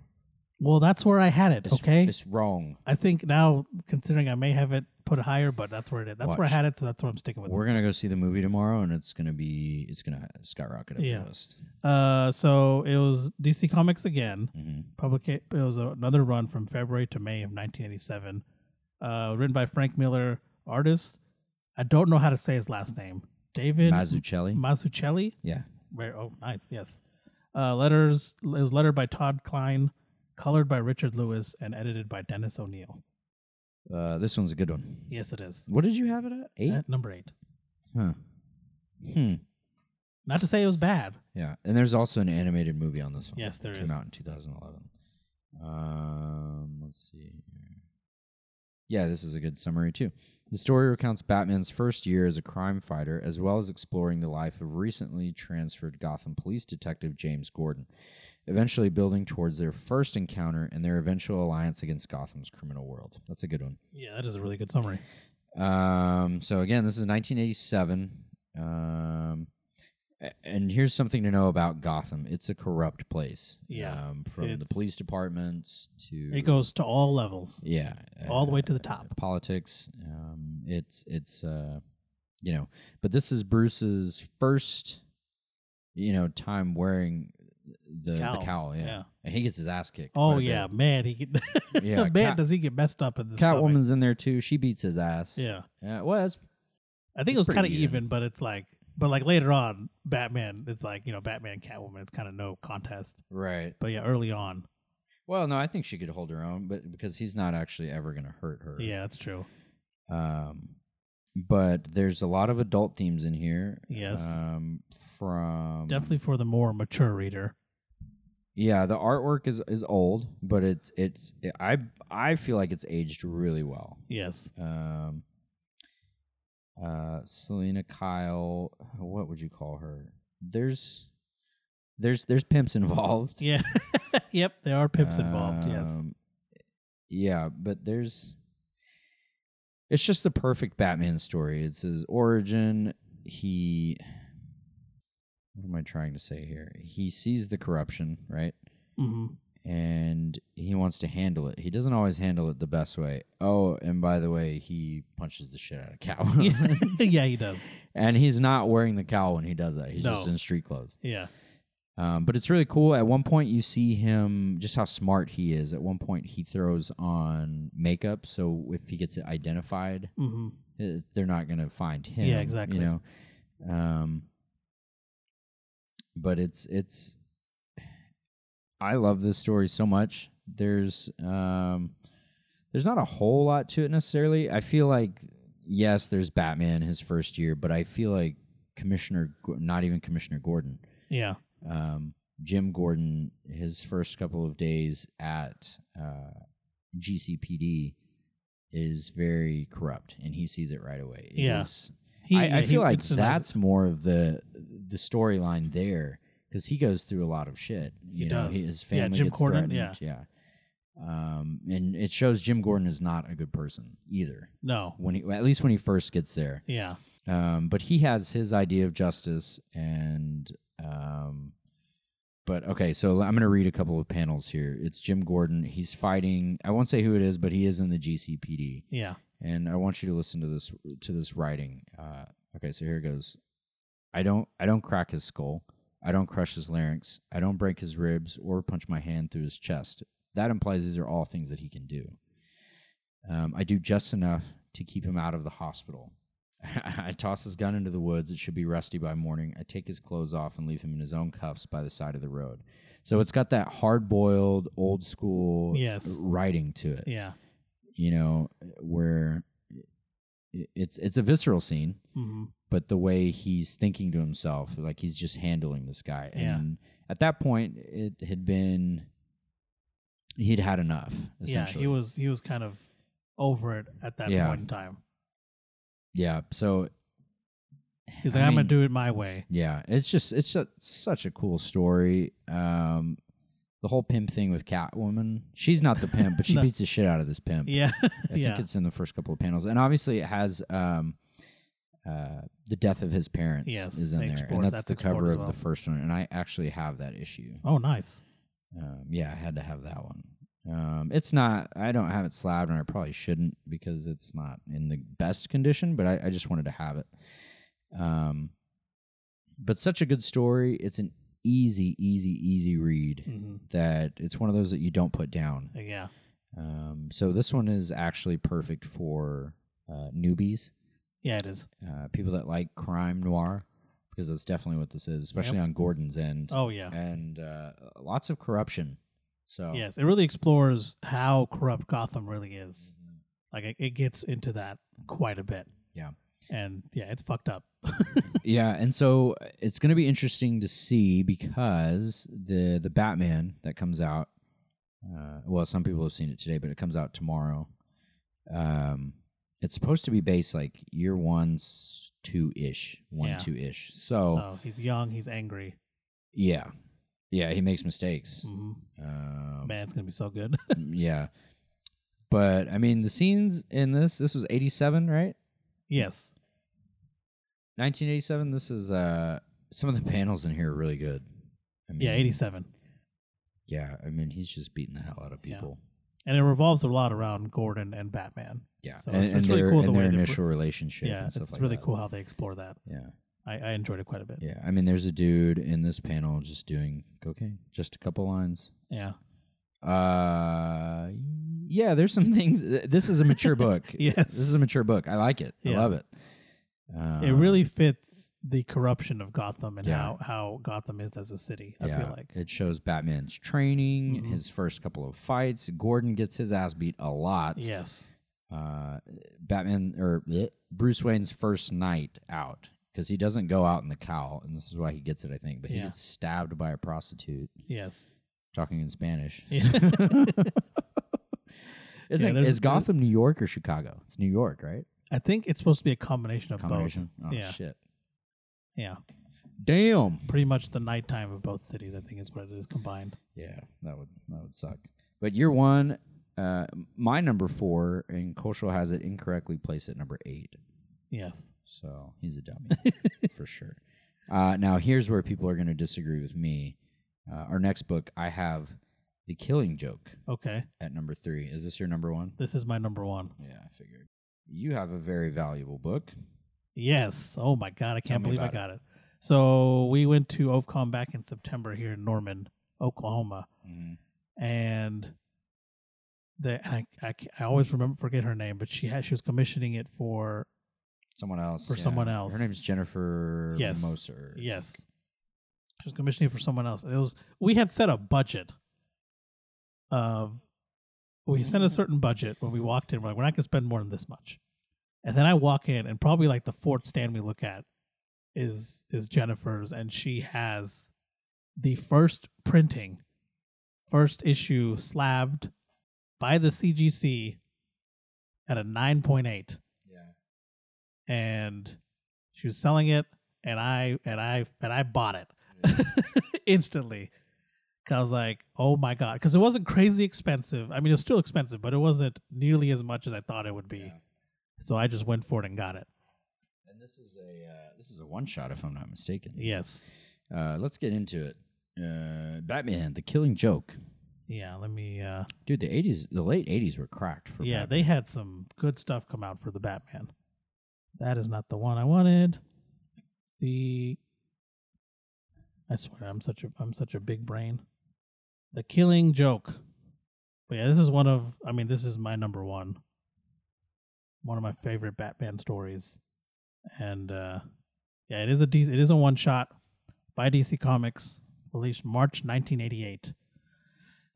S1: Well, that's where I had it.
S2: It's,
S1: okay.
S2: It's wrong.
S1: I think now, considering I may have it put higher, but that's where it is. That's where I
S2: Watch.
S1: had it, so that's what I'm sticking with.
S2: We're gonna go see the movie tomorrow, and it's gonna be it's gonna skyrocket up
S1: Yeah.
S2: the list.
S1: Uh, so it was DC Comics again.
S2: hmm
S1: Public. It was another run from February to May of 1987. Uh, written by Frank Miller, artist. I don't know how to say his last name. David
S2: Mazzucchelli.
S1: Mazzucchelli.
S2: yeah.
S1: Where oh nice yes, uh, letters it was lettered by Todd Klein, colored by Richard Lewis, and edited by Dennis O'Neill.
S2: Uh, this one's a good one.
S1: Yes, Uh, it is
S2: What did you have it at? Eight.
S1: At number eight.
S2: huh. Hmm.
S1: Not to say it was bad.
S2: Yeah, and there's also an animated movie on this one.
S1: Yes,
S2: there
S1: there
S2: is.
S1: is.
S2: Came out in 2011. Um, let's see. here. Yeah, this is a good summary too. The story recounts Batman's first year as a crime fighter, as well as exploring the life of recently transferred Gotham police detective James Gordon, eventually building towards their first encounter and their eventual alliance against Gotham's criminal world. That's a good one.
S1: Yeah, that is a really good summary.
S2: Um, so again, this is 1987. Um, a- and here's something to know about Gotham: it's a corrupt place.
S1: Yeah,
S2: um, from the
S1: it's-
S2: police departments to
S1: It goes to all levels.
S2: yeah,
S1: all the way to the
S2: uh,
S1: top.
S2: Politics. Um, it's it's uh, you know, but this is Bruce's first, you know, time wearing the cowl.
S1: Cowl,
S2: The cowl yeah.
S1: Oh, yeah.
S2: and he gets his ass kicked.
S1: Oh
S2: quite a bit.
S1: yeah, man, he get,
S2: Yeah,
S1: man
S2: Cat-
S1: does he get messed up in this. comic.
S2: Catwoman's in there too. She beats his ass.
S1: Yeah,
S2: yeah well, that's
S1: I think
S2: It's
S1: it was kind of
S2: pretty even.
S1: even, but it's like, but like later on, Batman. It's like you know, Batman, Catwoman. It's kind of no contest.
S2: right.
S1: But yeah, early on,
S2: Well, no, I think she could hold her own, but because he's not actually ever going to hurt her.
S1: yeah, that's true.
S2: Um, but there's a lot of adult themes in here.
S1: Yes.
S2: Um, from
S1: Definitely for the more mature reader.
S2: Yeah, the artwork is is old, but it's it's I I feel like it's aged really well.
S1: Yes,
S2: Um. Uh, Selena Kyle, what would you call her? There's, there's, there's pimps involved.
S1: yeah, yep. There are pimps involved. Yes,
S2: Um, Yeah, but there's. It's just the perfect Batman story. It's his origin. He. What am I trying to say here? He sees the corruption, right?
S1: hmm
S2: And he wants to handle it. He doesn't always handle it the best way. Oh, and by the way, he punches the shit out of cow.
S1: yeah, yeah, he does.
S2: and he's not wearing the cowl when he does that. He's
S1: No.
S2: just in street clothes.
S1: Yeah,
S2: Um, but it's really cool. At one point, you see him just how smart he is. At one point, he throws on makeup, so if he gets identified,
S1: hmm
S2: eh, they're not going to find him.
S1: Yeah, exactly.
S2: You know, um, but it's it's. I love this story so much. There's um, there's not a whole lot to it necessarily. I feel like yes, there's Batman his first year, but I feel like Commissioner, Go- not even Commissioner Gordon
S1: yeah,
S2: um, Jim Gordon, his first couple of days at uh, GCPD is very corrupt, and he sees it right away. It
S1: Yeah.
S2: is-
S1: he,
S2: I, I
S1: yeah, he
S2: feel like
S1: instantly-
S2: that's more of the the storyline there because he goes through a lot of shit. You
S1: He
S2: know,
S1: does.
S2: his
S1: Yeah,
S2: family
S1: Jim
S2: gets
S1: Gordon,
S2: threatened.
S1: yeah.
S2: yeah. Um, and it shows Jim Gordon is not a good person either.
S1: no,
S2: When he, at least when he first gets there,
S1: yeah,
S2: um, but he has his idea of justice and um, but okay so i'm going to read a couple of panels here it's jim gordon he's fighting i won't say who it is but he is in the gcpd
S1: yeah,
S2: and i want you to listen to this to this writing uh, okay so here it goes i don't i don't crack his skull i don't crush his larynx i don't break his ribs or punch my hand through his chest that implies these are all things that he can do um, i do just enough to keep him out of the hospital I toss his gun into the woods. It should be rusty by morning. I take his clothes off and leave him in his own cuffs by the side of the road. So it's got that hard boiled, old school
S1: Yes.
S2: writing to it,
S1: yeah,
S2: you know, where it- it's it's a visceral scene,
S1: hmm
S2: but the way he's thinking to himself, like he's just handling this guy.
S1: Yeah.
S2: And at that point, it had been, he'd had enough,
S1: yeah.
S2: essentially.
S1: He was he was kind of over it at that
S2: Yeah.
S1: point in time.
S2: yeah. So
S1: He's like,
S2: I
S1: I'm
S2: mean-
S1: gonna do it my way.
S2: Yeah, it's just it's su- such a cool story. Um, the whole pimp thing with Catwoman. She's not the pimp, but she
S1: No.
S2: beats the shit out of this pimp.
S1: Yeah,
S2: I
S1: yeah,
S2: think it's in the first couple of panels, and obviously it has um, uh, the death of his parents
S1: Yes,
S2: is in
S1: they
S2: there,
S1: explored-
S2: and that's,
S1: that's
S2: the
S1: explored
S2: cover
S1: as
S2: of
S1: well.
S2: the first one. And I actually have that issue.
S1: Oh, nice.
S2: Um, yeah, I had to have that one. Um, it's not. I don't have it slabbed, and I probably shouldn't because it's not in the best condition. But I, I just wanted to have it. Um, but such a good story. It's an easy, easy, easy read.
S1: hmm
S2: That it's one of those that you don't put down.
S1: Yeah,
S2: Um, so this one is actually perfect for uh, newbies,
S1: yeah, it is.
S2: uh, people that like crime noir, because that's definitely what this is, especially on Gordon's end,
S1: Oh, yeah,
S2: and uh, lots of corruption. So
S1: yes. It really explores how corrupt Gotham really is. Like it, it gets into that quite a bit.
S2: Yeah.
S1: and yeah, it's fucked up.
S2: yeah, and so it's going to be interesting to see because the the Batman that comes out. Uh, well, some people have seen it today, but it comes out tomorrow. Um, it's supposed to be based like year one's two ish, one
S1: Yeah.
S2: two ish. so
S1: So he's young, he's angry.
S2: yeah, yeah, he makes mistakes.
S1: hmm
S2: Um,
S1: Man, it's gonna be so good.
S2: yeah. But I mean, the scenes in this this was eighty seven, right?
S1: yes.
S2: Nineteen eighty seven. This is uh some of the panels in here are really good. I mean,
S1: Yeah, eighty-seven,
S2: Yeah, I mean he's just beating the hell out of
S1: Yeah.
S2: people.
S1: and it revolves a lot around Gordon and Batman.
S2: Yeah,
S1: So
S2: and,
S1: it's-
S2: and
S1: it's really
S2: their,
S1: cool
S2: and
S1: the
S2: their
S1: way they br-
S2: initial relationship.
S1: yeah,
S2: and
S1: it's
S2: stuff like
S1: really
S2: that.
S1: cool how they explore that.
S2: Yeah,
S1: I, I enjoyed it quite a bit.
S2: yeah. I mean, there's a dude in this panel just doing cocaine, just a couple lines.
S1: Yeah.
S2: Uh, yeah. There's some things. This is a mature book.
S1: Yes.
S2: this is a mature book. I like it. I
S1: Yeah.
S2: love it. Uh,
S1: it really fits the corruption of Gotham and
S2: Yeah.
S1: how, how Gotham is as a city. I feel like
S2: Uh, It shows Batman's training,
S1: Mhm.
S2: his first couple of fights. Gordon gets his ass beat a lot.
S1: yes,
S2: Uh, Batman or bleh, Bruce Wayne's first night out because he doesn't go out in the cowl, and this is why he gets it, I think. But he
S1: Yeah.
S2: gets stabbed by a prostitute
S1: yes.
S2: talking in Spanish.
S1: Yeah.
S2: Is,
S1: Yeah,
S2: it,
S1: there's-
S2: is Gotham New York or Chicago? It's New York, right?
S1: I think it's supposed to be a combination of
S2: Combination. Oh
S1: Yeah.
S2: shit!
S1: both. Yeah,
S2: Damn.
S1: pretty much the nighttime of both cities. I think is what it is combined.
S2: Yeah, that would that would suck. But year one, uh, my number four, and Koshal has it incorrectly placed at number eight.
S1: Yes.
S2: So he's a dummy for sure. Uh, now here's where people are going to disagree with me. Uh, our next book, I have the Killing Joke
S1: Okay.
S2: at number three. Is this your number one?
S1: This is my number one.
S2: Yeah, I figured. You have a very valuable book.
S1: Yes. Oh my god, I can't
S2: me
S1: believe I
S2: about it.
S1: got it. So we went to Ovcom back in September here in Norman, Oklahoma, and the I, I, ca- I always remember forget her name, but she had she was commissioning it for
S2: Someone else
S1: For someone else.
S2: Her name's Jennifer
S1: Yes.
S2: Moser.
S1: Yes. She was commissioning for someone else. It was we had set a budget of we set a certain budget when we walked in. We're like, we're not gonna spend more than this much. And then I walk in and probably like the fourth stand we look at is is Jennifer's and she has the first printing, first issue slabbed by the CGC at a nine point eight
S2: Yeah.
S1: and she was selling it and i and i and i bought it instantly 'Cause i was like oh my god because it wasn't crazy expensive i mean it was still expensive but it wasn't nearly as much as i thought it would be
S2: Yeah.
S1: so i just went for it and got it
S2: And this is a uh, this is a one shot, if I'm not mistaken.
S1: yes
S2: Uh, let's get into it. Uh, Batman: The Killing Joke.
S1: yeah let me uh
S2: Dude, the '80s, the late '80s were cracked for.
S1: yeah
S2: Batman.
S1: they had some good stuff come out for the batman that is not the one i wanted the i swear i'm such a i'm such a big brain the killing joke but yeah this is one of i mean this is my number one one of my favorite batman stories and uh yeah it is a dec- it is a one shot by dc comics released march 1988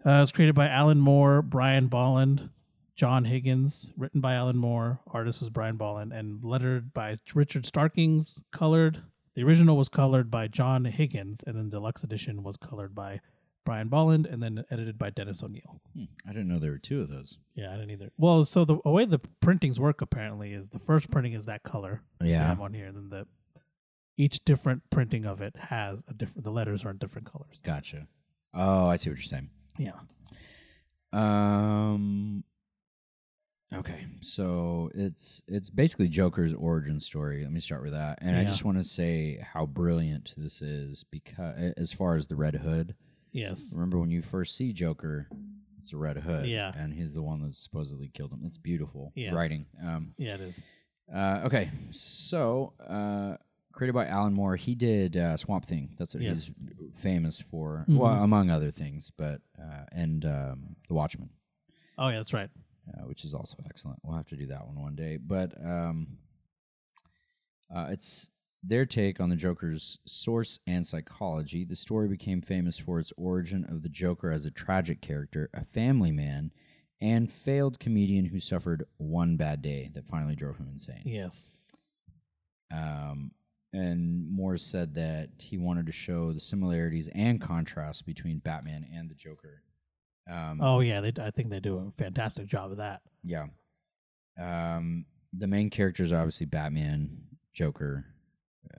S1: uh, it was created by alan moore brian bolland John Higgins, written by Alan Moore, artist was Brian Bolland, and lettered by Richard Starkings, colored. The original was colored by John Higgins, and then deluxe edition was colored by Brian Bolland, and then edited by Dennis O'Neill.
S2: Hmm, I didn't know there were two of those.
S1: Yeah, I didn't either. Well, so the way the printings work apparently is the first printing is that color that I
S2: Yeah.
S1: have on here, and then the each different printing of it has a different. The letters are in different colors.
S2: Gotcha. Oh, I see what you're saying.
S1: Yeah.
S2: Um. Okay, so it's it's basically Joker's origin story. Let me start with that, and I
S1: Yeah.
S2: just want to say how brilliant this is because as far as the Red Hood,
S1: Yes.
S2: Remember when you first see Joker, it's a red hood.
S1: Yeah.
S2: And he's the one that supposedly killed him. It's beautiful
S1: Yes.
S2: writing. Um,
S1: Yeah, it is.
S2: uh, okay. So, uh, created by Alan Moore, he did uh, Swamp Thing. That's what
S1: Yes.
S2: he's famous for,
S1: Mhm.
S2: well, among other things, but, uh, and um, The Watchmen,
S1: Oh yeah, that's right.
S2: uh, which is also excellent. We'll have to do that one one day. But um, uh, it's their take on the Joker's source and psychology. The story became famous for its origin of the Joker as a tragic character, a family man, and failed comedian who suffered one bad day that finally drove him insane.
S1: Yes.
S2: Um, and Moore said that he wanted to show the similarities and contrasts between Batman and the Joker. Um,
S1: Oh yeah, they, I think they do a fantastic job of that.
S2: yeah. Um, the main characters are obviously Batman, Joker,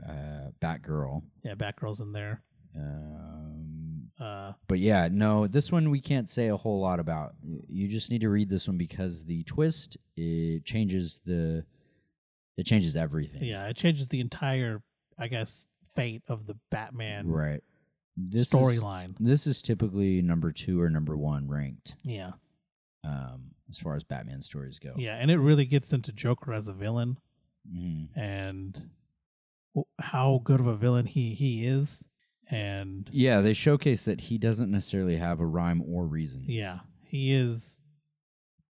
S2: uh, Batgirl.
S1: Yeah, Batgirl's in there.
S2: Um,
S1: Uh,
S2: but yeah, no, this one we can't say a whole lot about. Y- You just need to read this one because the twist it changes the it changes everything.
S1: yeah, it changes the entire, I guess, fate of the Batman
S2: right. This is-
S1: storyline.
S2: This is typically number two or number one ranked
S1: Yeah,
S2: um, as far as Batman stories go.
S1: yeah, and it really gets into Joker as a villain
S2: Mhm.
S1: and w- how good of a villain he he is, and
S2: Yeah, they showcase that he doesn't necessarily have a rhyme or reason.
S1: yeah, he is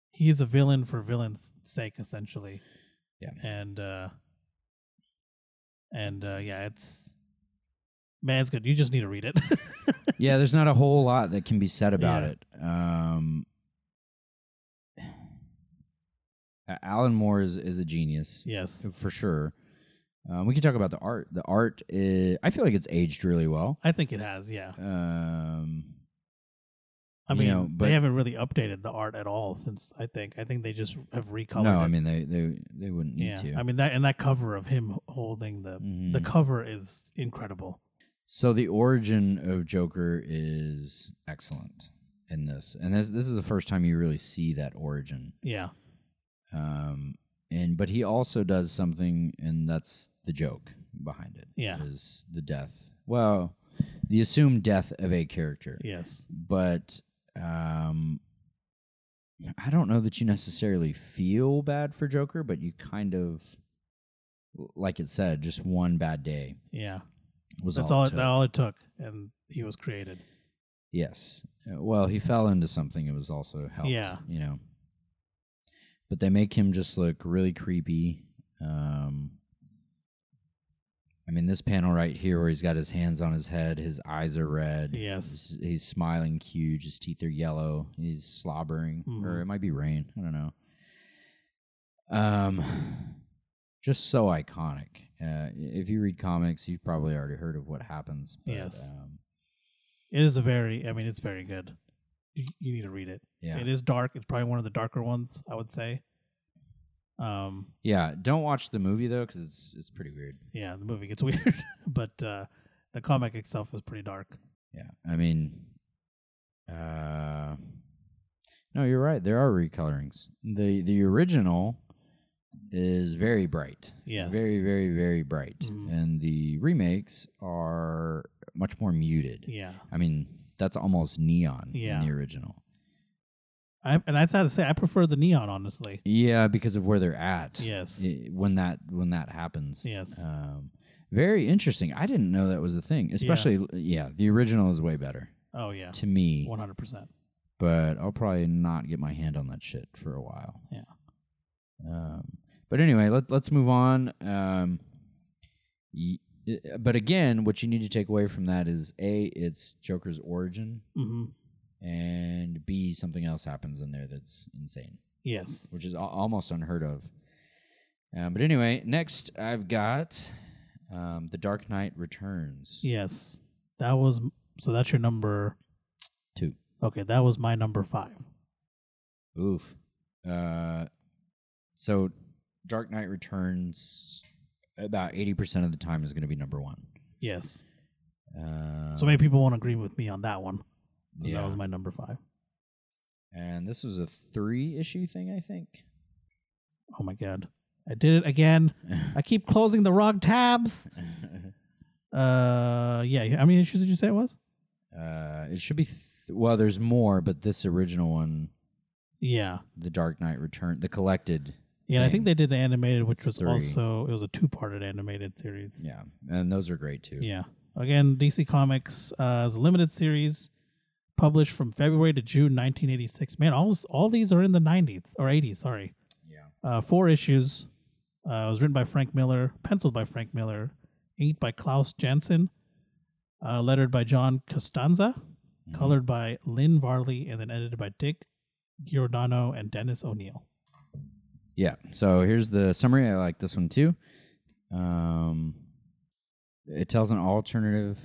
S1: he is a villain for villain's sake, essentially.
S2: Yeah.
S1: and uh and uh yeah, it's man, it's good. You just need to read it.
S2: yeah, there's not a whole lot that can be said about
S1: Yeah.
S2: it. Um, A- Alan Moore is, is a genius
S1: yes,
S2: for sure. Um, we can talk about the art. The art, is, I feel like it's aged really well.
S1: I think it has. Yeah.
S2: Um,
S1: I
S2: You
S1: mean,
S2: know, but-
S1: they haven't really updated the art at all since I think. I think they just have recolored.
S2: no,
S1: it.
S2: I mean they they they wouldn't need
S1: yeah.
S2: to.
S1: I mean that and that cover of him holding the the
S2: Mhm.
S1: cover is incredible.
S2: So the origin of Joker is excellent in this, and this this is the first time you really see that origin.
S1: Yeah,
S2: Um, and but he also does something, and that's the joke behind it.
S1: Yeah.
S2: is the death. Well, the assumed death of a character.
S1: yes,
S2: But um, I don't know that you necessarily feel bad for Joker, but you kind of, like it said, just one bad day
S1: yeah.
S2: was
S1: That's
S2: all.
S1: all.
S2: it
S1: It,
S2: took.
S1: all it took, and he was created.
S2: Yes. Uh, Well, he fell into something. It was also helped.
S1: Yeah.
S2: You know. But they make him just look really creepy. Um, I mean, this panel right here, where he's got his hands on his head, his eyes are red.
S1: Yes.
S2: He's, he's smiling huge. His teeth are yellow. He's slobbering, or
S1: Mhm.
S2: it might be rain. I don't know. Um, just so iconic. Uh, if you read comics, you've probably already heard of what happens. But,
S1: Yes.
S2: Um,
S1: It is a very. I mean, it's very good. You, you need to read it.
S2: yeah.
S1: It is dark. It's probably one of the darker ones. I would say. Um.
S2: Yeah, don't watch the movie though, because it's it's pretty weird.
S1: Yeah, the movie gets weird, but uh, the comic itself is pretty dark.
S2: Yeah, I mean, uh, no, you're right. There are recolorings. the The original is very bright,
S1: Yes.
S2: very, very, very bright,
S1: Mhm.
S2: and the remakes are much more muted.
S1: Yeah.
S2: I mean, that's almost neon
S1: Yeah.
S2: in the original.
S1: I, and I had to say I prefer the neon, honestly.
S2: Yeah, because of where they're at.
S1: Yes.
S2: i- when that when that happens.
S1: Yes.
S2: Um, very interesting. I didn't know that was a thing. Especially, yeah, the original is way better
S1: Oh yeah.
S2: to me.
S1: One hundred percent.
S2: But I'll probably not get my hand on that shit for a while.
S1: Yeah.
S2: Um, but anyway, let, let's move on. Um, y- i- but again, what you need to take away from that is a it's Joker's origin,
S1: Mm-hmm.
S2: and b something else happens in there that's insane
S1: Yes.
S2: which is al- almost unheard of. Um, but anyway, next I've got um, The Dark Knight Returns.
S1: Yes. That was so. That's your number
S2: Two.
S1: Okay, that was my number five.
S2: Oof. Uh, so, Dark Knight Returns about 80% of the time is going to be number one.
S1: Yes.
S2: Uh,
S1: So maybe people won't agree with me on that one. but
S2: Yeah.
S1: That was my number five.
S2: and this was a three issue thing, I think.
S1: Oh my god, I did it again. I keep closing the wrong tabs. Uh, yeah. How many issues did you say it was?
S2: uh, it should be, th- well, there's more, but this original one,
S1: Yeah.
S2: The Dark Knight Return, the collected.
S1: Yeah, and I
S2: Thing.
S1: think they did an animated, which
S2: It's
S1: was
S2: three.
S1: also it was a two-parted animated series.
S2: Yeah. And those are great too.
S1: Yeah. Again, DC Comics uh, is a limited series published from February to June 1986. Man, all, all these are in the 90s or 80s, sorry.
S2: Yeah.
S1: Uh, four issues. Uh, it was written by Frank Miller, penciled by Frank Miller, inked by Klaus Janson, uh, lettered by John Costanza,
S2: Mhm.
S1: colored by Lynn Varley, and then edited by Dick Giordano and Dennis O'Neill.
S2: Yeah. So here's the summary. I like this one too. Um, it tells an alternative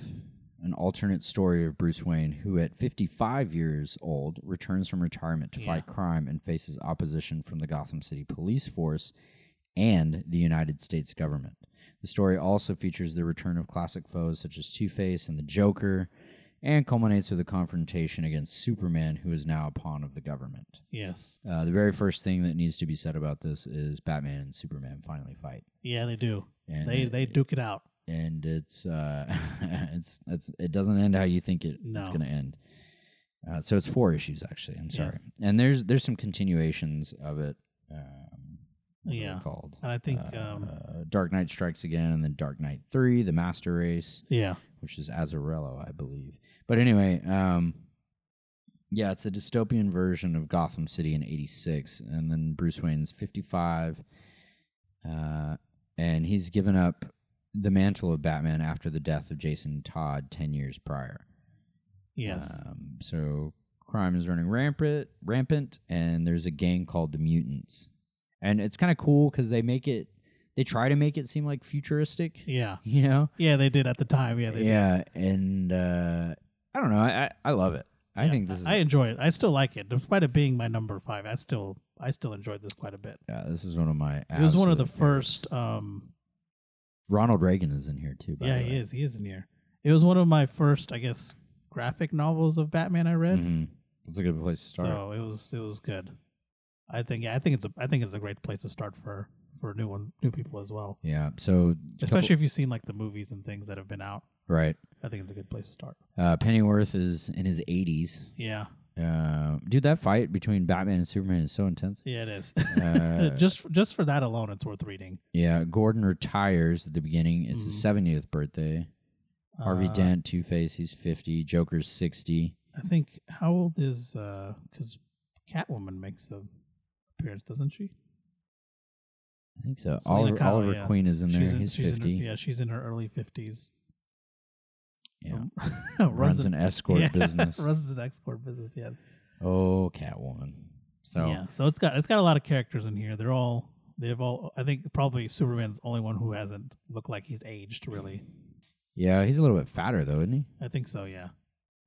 S2: an alternate story of Bruce Wayne, who at 55 years old returns from retirement to
S1: Yeah.
S2: fight crime and faces opposition from the Gotham City police force and the United States government. The story also features the return of classic foes such as Two Face and the Joker, and culminates with a confrontation against Superman, who is now a pawn of the government.
S1: Yes.
S2: Uh, the very first thing that needs to be said about this is Batman and Superman finally fight.
S1: Yeah, they do.
S2: And
S1: They
S2: it-
S1: they duke it out.
S2: and it's uh, it's it's it doesn't end how you think it,
S1: No.
S2: it's going to end. Uh, so it's four issues actually. I'm sorry,
S1: Yes.
S2: and there's there's some continuations of it. Um, what are they
S1: Yeah.
S2: called
S1: And I think um
S2: uh, Dark Knight Strikes Again, and then Dark Knight Three, The Master Race,
S1: yeah.
S2: which is Azarello, I believe. But anyway, um, yeah, it's a dystopian version of Gotham City in '86, and then Bruce Wayne's 55, uh, and he's given up the mantle of Batman after the death of Jason Todd 10 years prior.
S1: Yes.
S2: Um, so crime is running rampant, rampant, and there's a gang called the Mutants, and it's kind of cool because they make it, they try to make it seem like futuristic,
S1: yeah.
S2: you know.
S1: Yeah, they did at the time. Yeah, they did.
S2: Yeah, and uh, I don't know. I, I, I love it. I
S1: Yeah,
S2: think this is
S1: I enjoy it. I still like it, despite it being my number five. I still I still enjoyed this quite a bit.
S2: yeah, this is one of my.
S1: it was one of the
S2: absolute favorites.
S1: first. Um,
S2: Ronald Reagan is in here too. By
S1: yeah,
S2: the way.
S1: he is. He is in here. It was one of my first, I guess, graphic novels of Batman I read.
S2: Mhm. That's a good place to start.
S1: So it was it was good. I think yeah, I think it's a I think it's a great place to start for for new one new people as well.
S2: yeah. So a couple-
S1: Especially if you've seen like the movies and things that have been out.
S2: right.
S1: I think it's a good place to start.
S2: Uh, Pennyworth is in his 80s.
S1: Yeah,
S2: Uh, dude, that fight between Batman and Superman is so intense.
S1: yeah, it is.
S2: Uh,
S1: just just for that alone, it's worth reading.
S2: yeah, Gordon retires at the beginning. It's his
S1: Mhm.
S2: 70th birthday. Harvey
S1: Uh,
S2: Dent, Two Face, he's 50. Joker's 60.
S1: I think how old is because Catwoman makes a appearance, doesn't she?
S2: I think so.
S1: Selena
S2: Oliver,
S1: Kyle,
S2: Oliver
S1: yeah.
S2: Queen is in there.
S1: in,
S2: he's
S1: she's
S2: 50.
S1: In her, yeah, she's in her early fifties.
S2: Yeah.
S1: runs,
S2: runs
S1: an
S2: an escort
S1: yeah,
S2: business.
S1: runs an export business. Yes.
S2: oh, Catwoman. So
S1: Yeah. So it's got it's got a lot of characters in here. They're all they've all. I think probably Superman's the only one who hasn't looked like he's aged really.
S2: yeah, he's a little bit fatter though, isn't
S1: I think so. Yeah.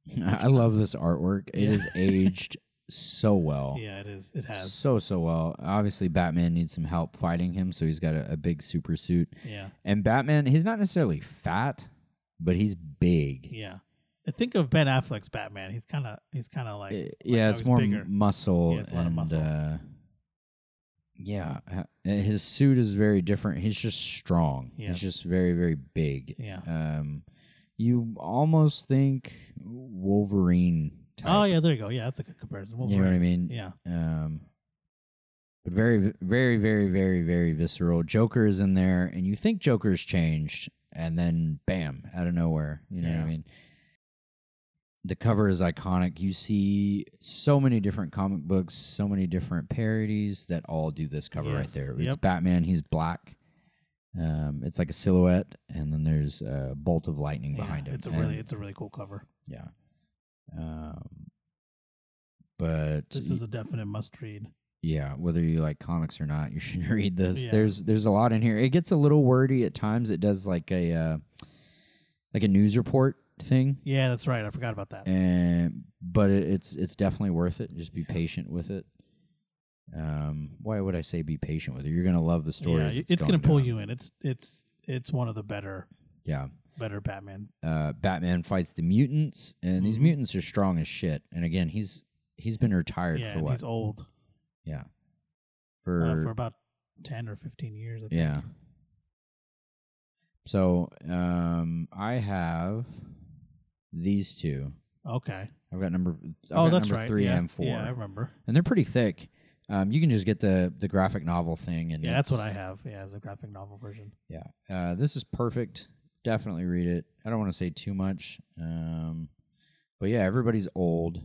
S2: he? I love this artwork. It
S1: Yeah.
S2: is aged so well.
S1: Yeah. It is. It has.
S2: So so well. Obviously, Batman needs some help fighting him, so he's got a, a big super suit.
S1: Yeah.
S2: And Batman, he's not necessarily fat, but he's big.
S1: Yeah. I think of Ben Affleck's Batman. He's kind of he's kind of like
S2: I- Uh, yeah,
S1: how
S2: it's
S1: he's
S2: more
S1: bigger.
S2: muscle
S1: Yeah, it's a lot of
S2: and
S1: muscle.
S2: uh, yeah, ha- his suit is very different. He's just strong.
S1: Yes.
S2: He's just very very big.
S1: Yeah.
S2: Um, you almost think Wolverine type.
S1: oh yeah, there you go. Yeah, that's a good comparison.
S2: You know what I
S1: Wolverine.
S2: mean?
S1: Yeah.
S2: Um, but very very very very very visceral. Joker is in there, and you think Joker's changed, and then bam, out of nowhere. You know what
S1: Yeah.
S2: I mean? the cover is iconic. You see so many different comic books, so many different parodies that all do this cover right
S1: Yes,
S2: there. It's
S1: yep.
S2: Batman, he's black. Um, it's like a silhouette, and then there's a bolt of lightning
S1: Yeah,
S2: behind him.
S1: It's a
S2: and-
S1: really it's a really cool cover.
S2: yeah. Um, but
S1: This is a definite must read.
S2: yeah, whether you like comics or not, you should read this.
S1: Yeah.
S2: There's there's a lot in here. It gets a little wordy at times. It does like a uh, like a news report thing.
S1: Yeah, that's right. I forgot about that.
S2: and but it, it's it's definitely worth it. Just be patient with it. Um, why would I say be patient with it? You're gonna love the story.
S1: yeah,
S2: as
S1: it's going to pull
S2: down.
S1: you in. It's it's it's one of the better
S2: Yeah,
S1: better Batman.
S2: uh, Batman fights the mutants, and these
S1: Mhm.
S2: mutants are strong as shit. And again, he's he's been retired
S1: yeah,
S2: for
S1: and
S2: what?
S1: he's old
S2: yeah,
S1: uh,
S2: for,
S1: for about ten or fifteen years. I think.
S2: yeah. So um, I have these two.
S1: Okay.
S2: I've got number. I've
S1: oh,
S2: got
S1: that's
S2: number
S1: right.
S2: Three
S1: yeah.
S2: and four.
S1: Yeah, I remember.
S2: and they're pretty thick. Um, you can just get the the graphic novel thing, and
S1: Yeah, that's what
S2: it's-
S1: I have. Yeah, as a graphic novel version.
S2: Yeah, uh, this is perfect. Definitely read it. I don't want to say too much, um, but yeah, everybody's old.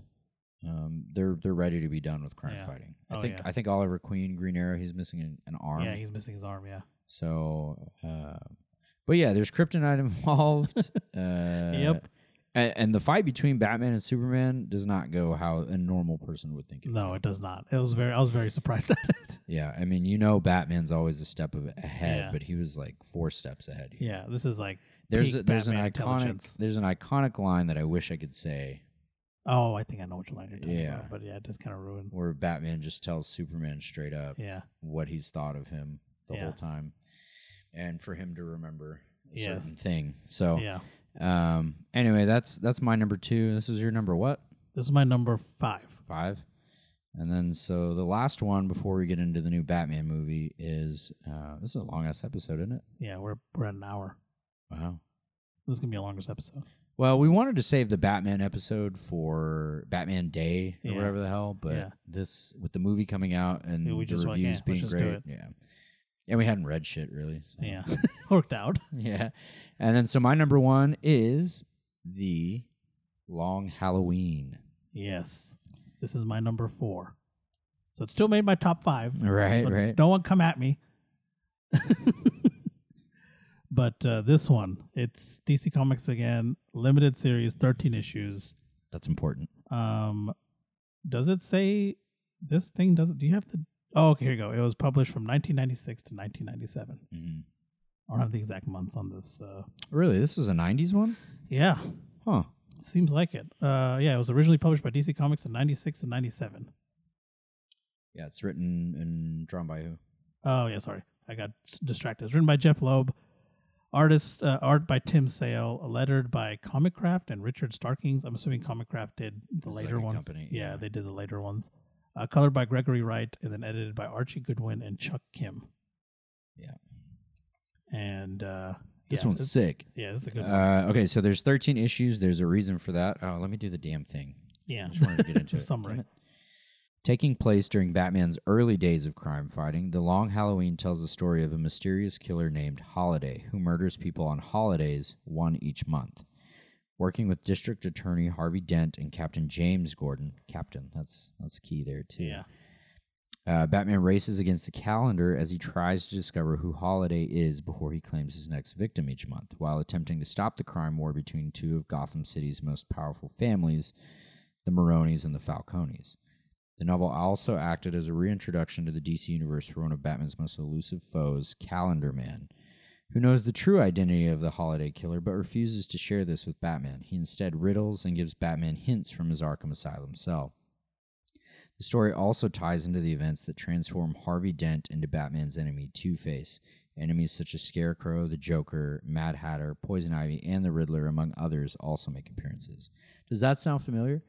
S2: Um, they're they're ready to be done with crime
S1: Yeah.
S2: fighting. I
S1: Oh,
S2: think
S1: yeah.
S2: I think Oliver Queen, Green Arrow, he's missing an, an arm.
S1: Yeah, he's missing his arm. Yeah.
S2: so, uh, but yeah, there's kryptonite involved. uh,
S1: Yep.
S2: And, and the fight between Batman and Superman does not go how a normal person would think it.
S1: No, it does not. It was very. I was very surprised at it.
S2: Yeah, I mean, you know, Batman's always a step of ahead,
S1: Yeah.
S2: but he was like four steps ahead. here.
S1: Yeah, this is like
S2: there's
S1: peak
S2: a, there's an
S1: Batman
S2: iconic
S1: intelligence.
S2: there's an iconic line that I wish I could say
S1: Oh, I think I know which line you're talking
S2: Yeah.
S1: about. But yeah, it just kind of ruined.
S2: where Batman just tells Superman straight up
S1: Yeah,
S2: what he's thought of him the
S1: Yeah.
S2: whole time, and for him to remember a
S1: Yes.
S2: certain thing. So,
S1: yeah.
S2: um, anyway, that's that's my number two. This is your number what
S1: This is my number five.
S2: five, and then so the last one before we get into the new Batman movie is uh, this is a long ass episode, isn't it?
S1: Yeah, we're we're at an hour.
S2: Wow.
S1: This is gonna be a longest episode.
S2: Well, we wanted to save the Batman episode for Batman Day or
S1: Yeah.
S2: whatever the hell, but
S1: Yeah.
S2: this with the movie coming out and
S1: Yeah, we
S2: the
S1: just were like,
S2: reviews
S1: "Yeah, let's
S2: being
S1: just do
S2: great,
S1: it.
S2: yeah, and we hadn't read shit really. so-
S1: Yeah, worked out.
S2: yeah. And then so my number one is the Long Halloween.
S1: Yes, this is my number four. So it still made my top five.
S2: Right,
S1: so
S2: right.
S1: No one come at me. but uh, this one, it's DC Comics again, limited series, thirteen issues.
S2: That's important.
S1: Um, does it say this thing doesn't? Do you have the? Oh, okay, here you go. It was published from 1996 to 1997.
S2: Mm.
S1: I don't have the exact months on this. Uh,
S2: Really, this is a '90s one,
S1: yeah,
S2: huh?
S1: seems like it. Uh, yeah, it was originally published by DC Comics in 96 and 97.
S2: Yeah, it's written and drawn by who?
S1: Oh yeah, sorry, I got s- distracted. It's written by Jeff Loeb, artist uh, art by Tim Sale, lettered by Comic Craft and Richard Starkings. I'm assuming Comic Craft did the
S2: It's
S1: later
S2: like a
S1: ones.
S2: company,
S1: yeah.
S2: yeah.
S1: they did the later ones. Uh, colored by Gregory Wright and then edited by Archie Goodwin and Chuck Kim.
S2: Yeah.
S1: And uh,
S2: This
S1: yeah,
S2: one's
S1: this,
S2: sick.
S1: yeah, this is a good one.
S2: Uh, okay, so there's 13 issues. There's a reason for that. Oh, let me do the damn thing.
S1: Yeah,
S2: I just wanted to get into it.
S1: Summary.
S2: Damn it. Taking place during Batman's early days of crime fighting, The Long Halloween tells the story of a mysterious killer named Holiday who murders people on holidays, one each month. Working with District Attorney Harvey Dent and Captain James Gordon, Captain, that's that's key there too.
S1: yeah,
S2: Uh, Batman races against the calendar as he tries to discover who Holiday is before he claims his next victim each month, while attempting to stop the crime war between two of Gotham City's most powerful families, the Maronis and the Falcones. The novel also acted as a reintroduction to the DC universe for one of Batman's most elusive foes, Calendar Man, who knows the true identity of the Holiday Killer but refuses to share this with Batman. He instead riddles and gives Batman hints from his Arkham Asylum cell. The story also ties into the events that transform Harvey Dent into Batman's enemy, Two Face. Enemies such as Scarecrow, the Joker, Mad Hatter, Poison Ivy, and the Riddler, among others, also make appearances. Does that sound familiar?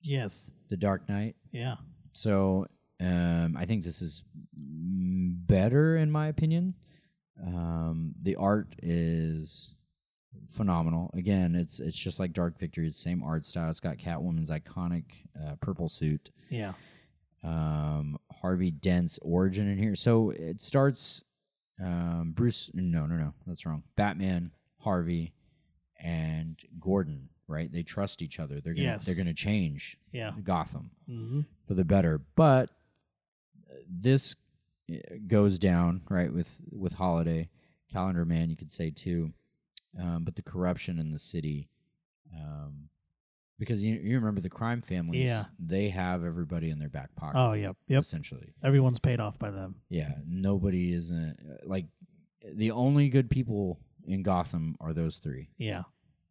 S1: yes,
S2: The Dark Knight?
S1: yeah,
S2: So um, I think this is mm, better, in my opinion. Um, the art is phenomenal. Again, it's it's just like Dark Victory. It's same art style. It's got Catwoman's iconic uh, purple suit
S1: yeah,
S2: um, Harvey Dent's origin in here. So it starts um, Bruce. No, no, no, that's wrong. Batman, Harvey, and Gordon. Right? They trust each other. They're gonna,
S1: Yes.
S2: they're going to change
S1: yeah.
S2: Gotham
S1: hmm
S2: for the better. But this uh, goes down right with with Holiday, Calendar Man. You could say too, um, but the corruption in the city, um, because you you remember the crime families.
S1: Yeah.
S2: they have everybody in their back pocket.
S1: Oh yep, yep.
S2: essentially.
S1: Everyone's paid off by them.
S2: Yeah, nobody isn't like the only good people in Gotham are those three.
S1: Yeah,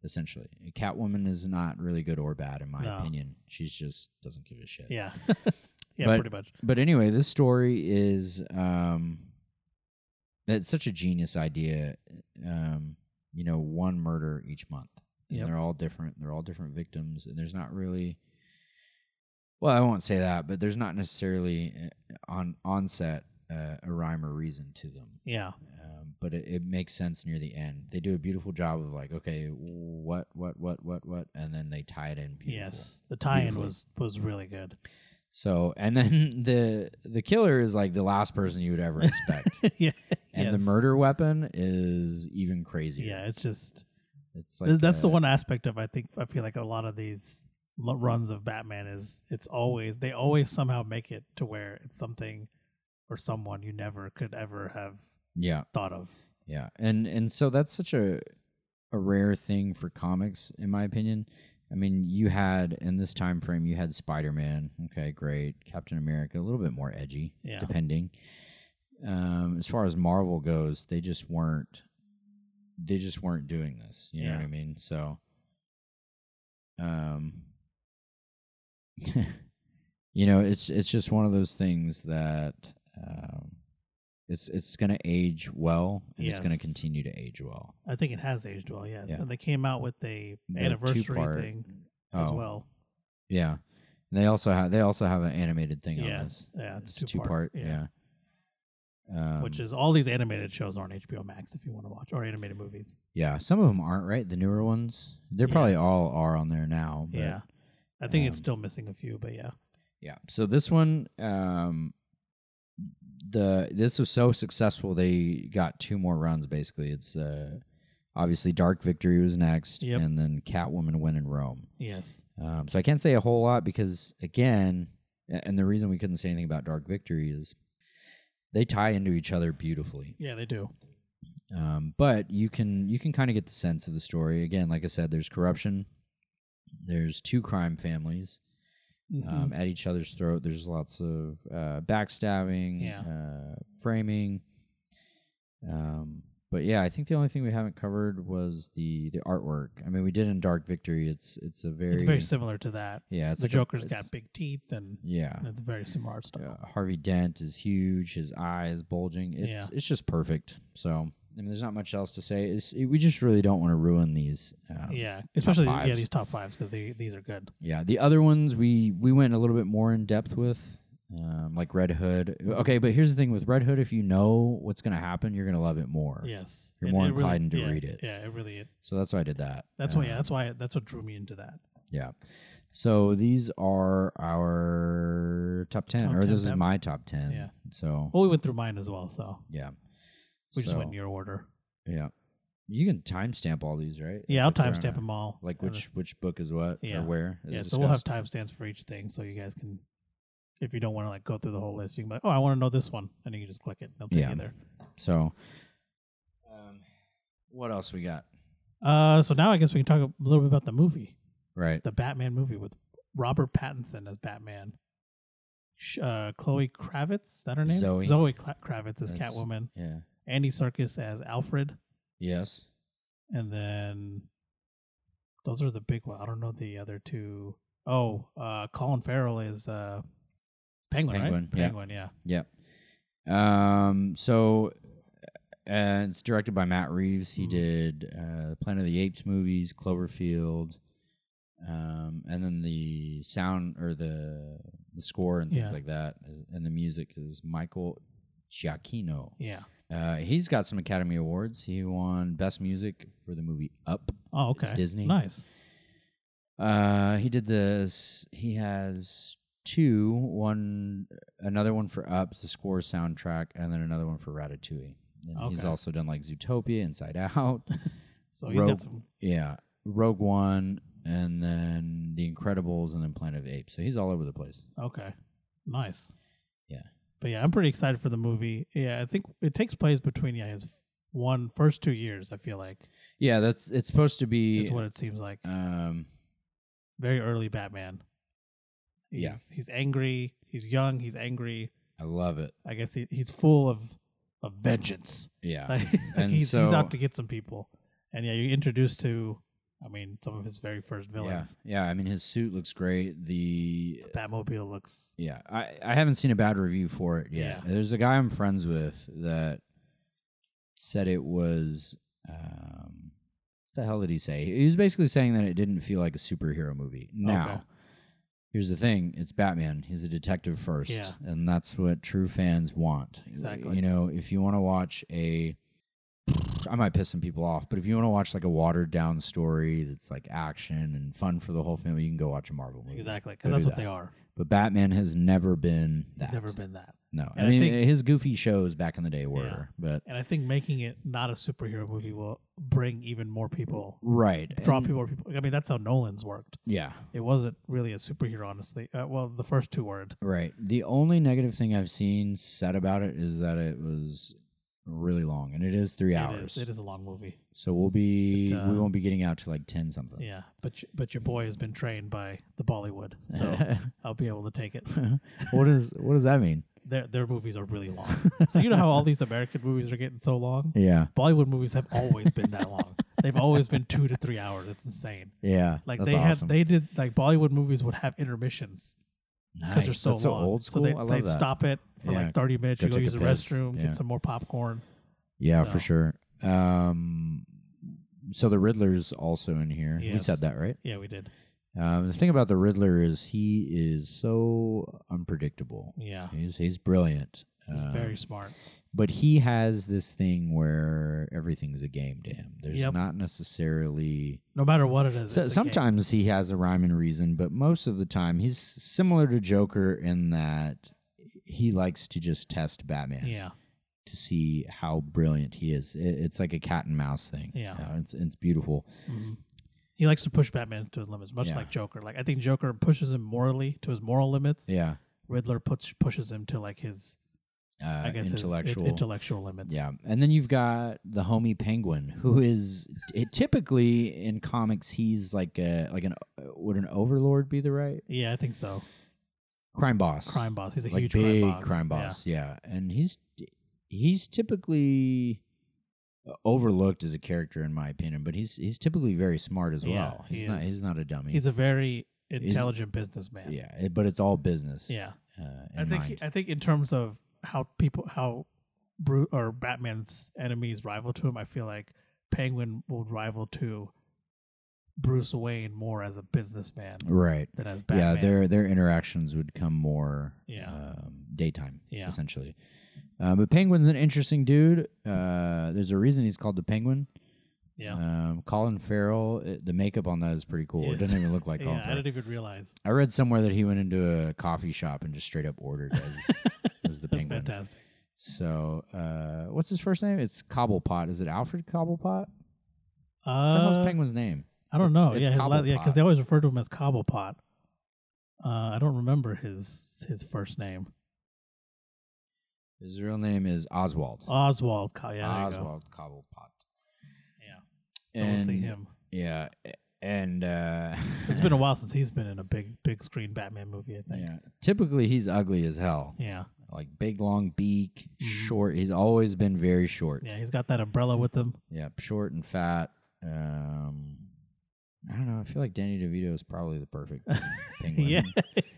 S2: Essentially, Catwoman is not really good or bad in my
S1: No.
S2: opinion. She's just doesn't give a shit.
S1: yeah, yeah.
S2: But-
S1: pretty much.
S2: But anyway, this story is um it's such a genius idea. Um, you know, one murder each month. And
S1: Yep.
S2: they're all different. They're all different victims and there's not really well, I won't say that, but there's not necessarily uh, on onset uh, a rhyme or reason to them.
S1: Yeah,
S2: Um, but it, it makes sense near the end. They do a beautiful job of like, okay, what, what, what, what, what, and then they tie it in. Beautiful.
S1: Yes, the tie-in
S2: Beautiful.
S1: was was really good.
S2: So and then the the killer is like the last person you would ever expect.
S1: yeah,
S2: and the
S1: yes.
S2: murder weapon is even crazier.
S1: Yeah, it's just
S2: It's like
S1: that's the
S2: uh,
S1: one aspect of I think I feel like a lot of these l- runs of Batman is it's always they always somehow make it to where it's something or someone you never could ever have
S2: Yeah,
S1: thought of.
S2: yeah. And and so that's such a a rare thing for comics, in my opinion. I mean, you had in this time frame, you had Spider Man. Okay, great. Captain America, a little bit more edgy,
S1: Yeah.
S2: depending. Um, as far as Marvel goes, they just weren't. They just weren't doing this. You know what
S1: Yeah.
S2: I mean? So, um, you know, it's it's just one of those things that um, it's it's going to age well, and it's going to
S1: Yes.
S2: continue to age well.
S1: I think it has aged well. Yes,
S2: Yeah.
S1: and they came out with a
S2: The
S1: anniversary
S2: two-part-
S1: thing
S2: oh,
S1: as well.
S2: Yeah, And they also have they also have an animated thing
S1: Yeah,
S2: on this.
S1: yeah, it's
S2: two
S1: two-part,
S2: part. Yeah,
S1: yeah.
S2: Um,
S1: Which is all these animated shows are on HBO Max if you want to watch or animated movies.
S2: yeah, some of them aren't right. The newer ones, they are
S1: Yeah.
S2: probably all are on there now. But,
S1: yeah, I think it's
S2: um,
S1: still missing a few, but yeah,
S2: yeah. So this one, um, the this was so successful they got two more runs. Basically, it's uh, obviously Dark Victory was next,
S1: Yep.
S2: and then Catwoman Win in Rome.
S1: yes,
S2: Um, so I can't say a whole lot because, again, a- and the reason we couldn't say anything about Dark Victory is they tie into each other beautifully.
S1: yeah, they do.
S2: Um, but you can you can kind of get the sense of the story. Again, like I said, there's corruption. There's two crime families um,
S1: Mhm.
S2: at each other's throat. There's lots of uh, backstabbing,
S1: Yeah.
S2: uh, framing. Um, but yeah, I think the only thing we haven't covered was the the artwork. I mean, we did in Dark Victory. It's it's a very
S1: it's very similar to that.
S2: yeah. It's
S1: The
S2: like a-
S1: Joker's
S2: it's-
S1: got big teeth, and
S2: yeah.
S1: it's very similar art style.
S2: Uh, Harvey Dent is huge. His eye is bulging. It's it's just perfect. So I mean, there's not much else to say. It's, it, we just really don't want to ruin these. Um,
S1: yeah, especially yeah
S2: fives.
S1: these top fives because they these are good.
S2: yeah. The other ones we we went a little bit more in depth with, um, like Red Hood. Okay, but here's the thing with Red Hood: if you know what's going to happen, you're going to love it more.
S1: Yes,
S2: You're
S1: It-
S2: more
S1: it really-
S2: inclined to
S1: yeah,
S2: read it.
S1: Yeah, it really. It,
S2: So that's why I did that.
S1: that's why.
S2: Um,
S1: Yeah, that's why. That's what drew me into that.
S2: Yeah. So these are our top ten,
S1: Top
S2: or
S1: 10,
S2: this is
S1: top-
S2: my top ten.
S1: Yeah.
S2: So
S1: Well, we went through mine as well, so
S2: yeah,
S1: we just went
S2: So-
S1: in your order.
S2: Yeah. You can timestamp all these, right?
S1: Yeah, I'll
S2: If they're on
S1: timestamp
S2: a-
S1: them all.
S2: Like
S1: and
S2: which which book is what
S1: Yeah.
S2: or where?
S1: then-
S2: is
S1: Yeah, so we'll have
S2: discussed.
S1: timestamps for each thing, so you guys can, if you don't want to like go through the whole list, you can be like, oh, I want to know this one, and you can just click it. They'll take
S2: Yeah.
S1: you there.
S2: So um, what else we got?
S1: Uh, so now I guess we can talk a little bit about the movie,
S2: Right.
S1: the Batman movie with Robert Pattinson as Batman, Sh- uh, Chloe Kravitz, is that her name?
S2: Zoe.
S1: Zoe Cla- Kravitz as
S2: That's-
S1: Catwoman,
S2: yeah.
S1: Andy Serkis as Alfred,
S2: Yes.
S1: and then those are the big one. I don't know the other two. Oh, uh, Colin Farrell is uh, Penguin,
S2: Penguin,
S1: right?
S2: yeah.
S1: Penguin, yeah.
S2: Yep. Um so uh, it's directed by Matt Reeves. He
S1: Mhm.
S2: did uh Planet of the Apes movies, Cloverfield, um, and then the sound or the the score and things
S1: Yeah.
S2: like that. uh, And the music is Michael Giacchino.
S1: Yeah.
S2: Uh, he's got some Academy Awards. He won Best Music for the movie Up.
S1: Oh, okay.
S2: Disney.
S1: Nice.
S2: Uh, he did this. He has two. One, another one for Up, the score soundtrack, and then another one for Ratatouille. And He's
S1: Okay.
S2: also done like Zootopia, Inside Out.
S1: So he's
S2: Rogue-
S1: got some.
S2: yeah, Rogue One, and then The Incredibles, and then Planet of the Apes. So he's all over the place.
S1: Okay. Nice.
S2: Yeah.
S1: But yeah, I'm pretty excited for the movie. Yeah, I think it takes place between yeah his one first two years. I feel like
S2: Yeah, that's it's supposed to
S1: is
S2: be.
S1: what it seems like.
S2: Um,
S1: Very early Batman. He's,
S2: Yeah.
S1: He's angry. He's young. He's angry.
S2: I love it.
S1: I guess he, he's full of of vengeance.
S2: Yeah,
S1: Like,
S2: And
S1: he's, he's
S2: so-
S1: out to get some people. And yeah, you're introduced to, I mean, some of his very first
S2: yeah,
S1: villains.
S2: yeah. I mean, his suit looks great. The
S1: Batmobile looks.
S2: Yeah, I, I haven't seen a bad review for it yet.
S1: Yeah.
S2: There's a guy I'm friends with that said it was. Um, what the hell did he say? He was basically saying that it didn't feel like a superhero movie. Now,
S1: Okay.
S2: here's the thing: it's Batman. He's a detective first,
S1: Yeah.
S2: and that's what true fans want.
S1: Exactly.
S2: You know, if you want to watch a I might piss some people off, but if you want to watch like a watered down story that's like action and fun for the whole family, you can go watch a Marvel movie.
S1: Exactly.
S2: Go
S1: Because that's
S2: do
S1: what
S2: that.
S1: they are.
S2: But Batman has never been that.
S1: Never been that.
S2: No,
S1: And
S2: I
S1: I
S2: mean
S1: think-
S2: his goofy shows back in the day were,
S1: Yeah.
S2: but
S1: And I think making it not a superhero movie will bring even more people,
S2: right,
S1: draw
S2: and-
S1: people more people. I mean, that's how Nolan's worked.
S2: Yeah,
S1: It wasn't really a superhero, honestly. Uh, well, the first two weren't.
S2: right. The only negative thing I've seen said about it is that it was really long, and it is three
S1: It
S2: hours.
S1: is, it is a long movie.
S2: So we'll be
S1: But, uh,
S2: we won't be getting out to like ten something.
S1: Yeah, but y- but your boy has been trained by the Bollywood, so I'll be able to take it.
S2: what does what does that mean?
S1: Their their movies are really long. So you know how all these American movies are getting so long.
S2: Yeah,
S1: Bollywood movies have always been that long. They've always been two to three hours. It's insane.
S2: yeah.
S1: Like
S2: that's
S1: they had,
S2: awesome.
S1: they did like Bollywood movies would have intermissions because they're
S2: Nice,
S1: so
S2: that's
S1: long.
S2: old school.
S1: So they,
S2: I love
S1: they'd
S2: that.
S1: stop it for
S2: Yeah,
S1: like thirty minutes.
S2: go
S1: You go
S2: take a
S1: use the
S2: piss.
S1: restroom,
S2: Yeah.
S1: get some more popcorn.
S2: Yeah, for
S1: So-
S2: sure. Um, so the Riddler's also in here. We
S1: Yes.
S2: said that right.
S1: Yeah, we did.
S2: Um, the thing about the Riddler is he is so unpredictable.
S1: Yeah,
S2: He's he's brilliant.
S1: He's
S2: Um,
S1: very smart.
S2: but he has this thing where everything's a game to him. There's
S1: Yep.
S2: not necessarily.
S1: No matter what it is,
S2: So,
S1: it's a game.
S2: sometimes he has a rhyme and reason, but most of the time he's similar to Joker in that he likes to just test Batman
S1: Yeah,
S2: to see how brilliant he is. It, it's like a cat and mouse thing.
S1: Yeah.
S2: You know, it's it's beautiful.
S1: Mhm. he likes to push Batman to his limits, much
S2: Yeah.
S1: like Joker. Like I think Joker pushes him morally to his moral limits.
S2: Yeah,
S1: Riddler puts pushes him to like his
S2: uh,
S1: I guess
S2: intellectual.
S1: his i- intellectual limits.
S2: yeah, and then you've got the homie Penguin, who is it, typically in comics he's like a like an would an overlord be the right
S1: yeah, I think so.
S2: crime boss?
S1: Crime boss. He's a
S2: like
S1: huge
S2: big
S1: crime boss.
S2: yeah. and he's he's typically overlooked as a character in my opinion, but he's he's typically very smart as
S1: Yeah,
S2: well.
S1: he
S2: He's not
S1: is.
S2: he's not a dummy.
S1: He's a very intelligent businessman.
S2: yeah, it- but it's all business.
S1: Yeah.
S2: uh,
S1: I
S2: in
S1: think
S2: mind.
S1: I think in terms of how people how Bru- or Batman's enemies rival to him, I feel like Penguin will rival to Bruce Wayne more as a businessman
S2: right.
S1: than as Batman.
S2: Yeah, their their interactions would come more
S1: Yeah.
S2: um, daytime,
S1: Yeah.
S2: essentially. Uh, but Penguin's an interesting dude. Uh, there's a reason he's called the Penguin.
S1: Yeah.
S2: Um, Colin Farrell, it, the makeup on that is pretty cool. It
S1: Yes.
S2: doesn't even look like Colin
S1: yeah, I
S2: Farrell.
S1: didn't even realize.
S2: I read somewhere that he went into a coffee shop and just straight up ordered as as the
S1: That's
S2: penguin.
S1: fantastic.
S2: So, uh, what's his first name? It's Cobblepot. Is it Alfred Cobblepot? What the hell's
S1: Uh,
S2: Penguin's name?
S1: I don't
S2: it's-
S1: know.
S2: it's
S1: yeah, his la- yeah,
S2: Cobblepot.
S1: because they always refer to him as Cobblepot. Uh, I don't remember his his first name.
S2: His real name is Oswald.
S1: Oswald. Co- Oh, yeah, there you go.
S2: Oswald Cobblepot.
S1: Don't wanna see
S2: And-
S1: him.
S2: Yeah, a- and uh,
S1: It's been a while since he's been in a big big screen Batman movie. I think.
S2: yeah. Typically, he's ugly as hell.
S1: yeah.
S2: Like big, long beak,
S1: Mhm.
S2: short. He's always been very short.
S1: Yeah, he's got that umbrella with him.
S2: Yeah, short and fat. Um, I don't know. I feel like Danny DeVito is probably the perfect penguin.
S1: yeah,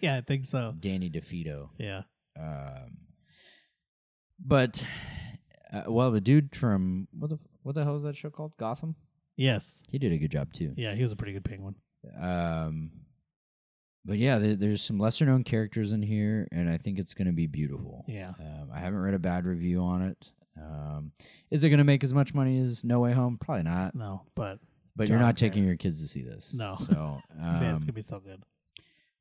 S1: yeah, I think so.
S2: Danny DeVito.
S1: Yeah,
S2: Um, but uh, well, the dude from what the f- what the hell is that show called? Gotham.
S1: yes,
S2: He did a good job too.
S1: yeah, he was a pretty good penguin.
S2: Um, but yeah, there, there's some lesser known characters in here, and I think it's going to be beautiful.
S1: Yeah,
S2: Um, I haven't read a bad review on it. Um, is it going to make as much money as No Way Home? Probably not.
S1: no, but
S2: But you're
S1: Don't
S2: not
S1: care.
S2: taking your kids to see this.
S1: No.
S2: So
S1: man,
S2: um,
S1: it's gonna be so good.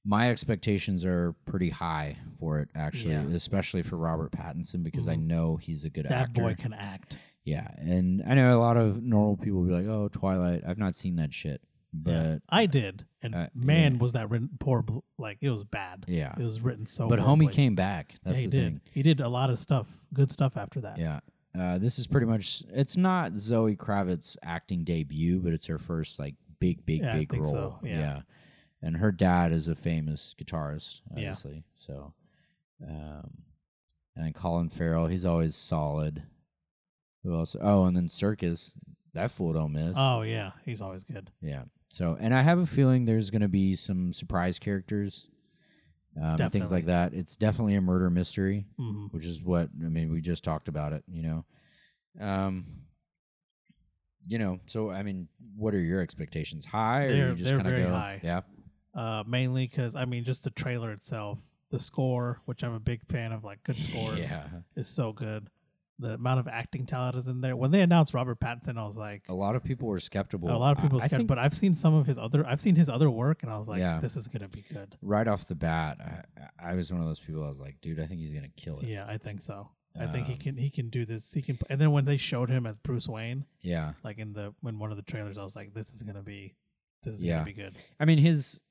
S2: my expectations are pretty high for it, actually,
S1: Yeah.
S2: especially for Robert Pattinson because I
S1: Mhm.
S2: know he's a good
S1: That
S2: actor.
S1: boy can act.
S2: yeah, and I know a lot of normal people will be like, "Oh, Twilight, I've not seen that shit,"
S1: Yeah.
S2: but
S1: I did, and
S2: uh,
S1: man,
S2: yeah.
S1: was that written poor? bl- Like it was bad.
S2: yeah.
S1: It was written so.
S2: But
S1: horribly.
S2: homie came back.
S1: Yeah,
S2: That's
S1: he
S2: the
S1: did.
S2: thing.
S1: He did a lot of stuff, good stuff after that.
S2: Yeah. Uh, this is pretty much it's not Zoe Kravitz's acting debut, but it's her first like big, big,
S1: Yeah, I
S2: big
S1: think
S2: role.
S1: so, yeah.
S2: And her dad is a famous guitarist,
S1: Yeah.
S2: obviously. So um and then Colin Farrell, he's always solid. Who else? Oh, and then Circus. That fool don't miss.
S1: Oh yeah, he's always good.
S2: Yeah. So, and I have a feeling there's going to be some surprise characters, um, and things
S1: Definitely.
S2: like that. It's definitely a murder mystery
S1: hmm
S2: which is what I mean. We just talked about it, you know. Um, you know, so I mean, what are your expectations? High? Or you
S1: They're-
S2: just
S1: they're
S2: kinda
S1: very
S2: go,
S1: high.
S2: Yeah,
S1: Uh, mainly because I mean, just the trailer itself, the score, which I'm a big fan of, like good scores.
S2: Yeah,
S1: is so good. The amount of acting talent is in there. When they announced Robert Pattinson, I was like, "Oh,
S2: a lot of people were skeptical.
S1: a lot of people
S2: Oh, I, I
S1: scared.
S2: think
S1: But I've seen some of his other, I've seen his other work, and I was like,
S2: Yeah.
S1: this is gonna be good.
S2: right off the bat, I, I was one of those people. I was like, dude, I think he's gonna kill it.
S1: Yeah, I think so. I think he
S2: Um,
S1: can, he can do this. He can. And then when they showed him as Bruce Wayne,
S2: yeah.
S1: like in the when one of the trailers, I was like, this is gonna be, this is
S2: Yeah.
S1: gonna be good.
S2: I mean, his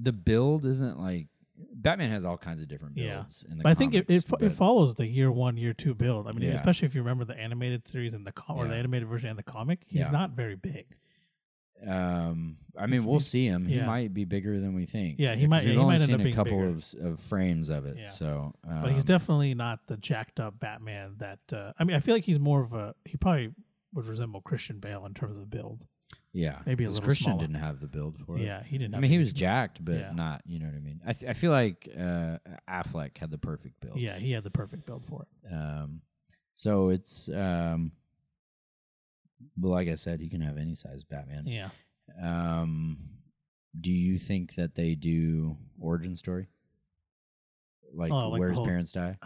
S2: the build isn't like Batman has all kinds of different
S1: Yeah.
S2: builds. In the
S1: But I think it,
S2: comics,
S1: it, fo- it
S2: but-
S1: follows the year one, year two build. I mean,
S2: Yeah.
S1: especially if you remember the animated series and the com- or the
S2: Yeah.
S1: animated version and the comic, he's
S2: Yeah.
S1: not very big.
S2: Um, I
S1: It's
S2: mean, we'll
S1: weird.
S2: see him. He
S1: Yeah.
S2: might be bigger than we think.
S1: Yeah, he
S2: 'cause
S1: might-
S2: We've
S1: he
S2: only
S1: might end
S2: seen
S1: up
S2: a
S1: being
S2: couple
S1: bigger.
S2: of of frames of it.
S1: Yeah.
S2: So, um,
S1: But he's definitely not the jacked up Batman that. Uh, I mean, I feel like he's more of a. He probably would resemble Christian Bale in terms of build.
S2: yeah.
S1: maybe a
S2: 'cause
S1: little
S2: Christian
S1: smaller.
S2: didn't have the build for it.
S1: Yeah, he didn't.
S2: I
S1: have
S2: mean, he
S1: any-
S2: was jacked, but
S1: Yeah.
S2: not. You know what I mean? I th- I feel like uh, Affleck had the perfect build.
S1: Yeah, he had the perfect build for it.
S2: Um, so it's um, well, like I said, he can have any size Batman.
S1: Yeah,
S2: Um, do you think that they do origin story? Like,
S1: Oh, like the
S2: where his
S1: whole-
S2: parents die?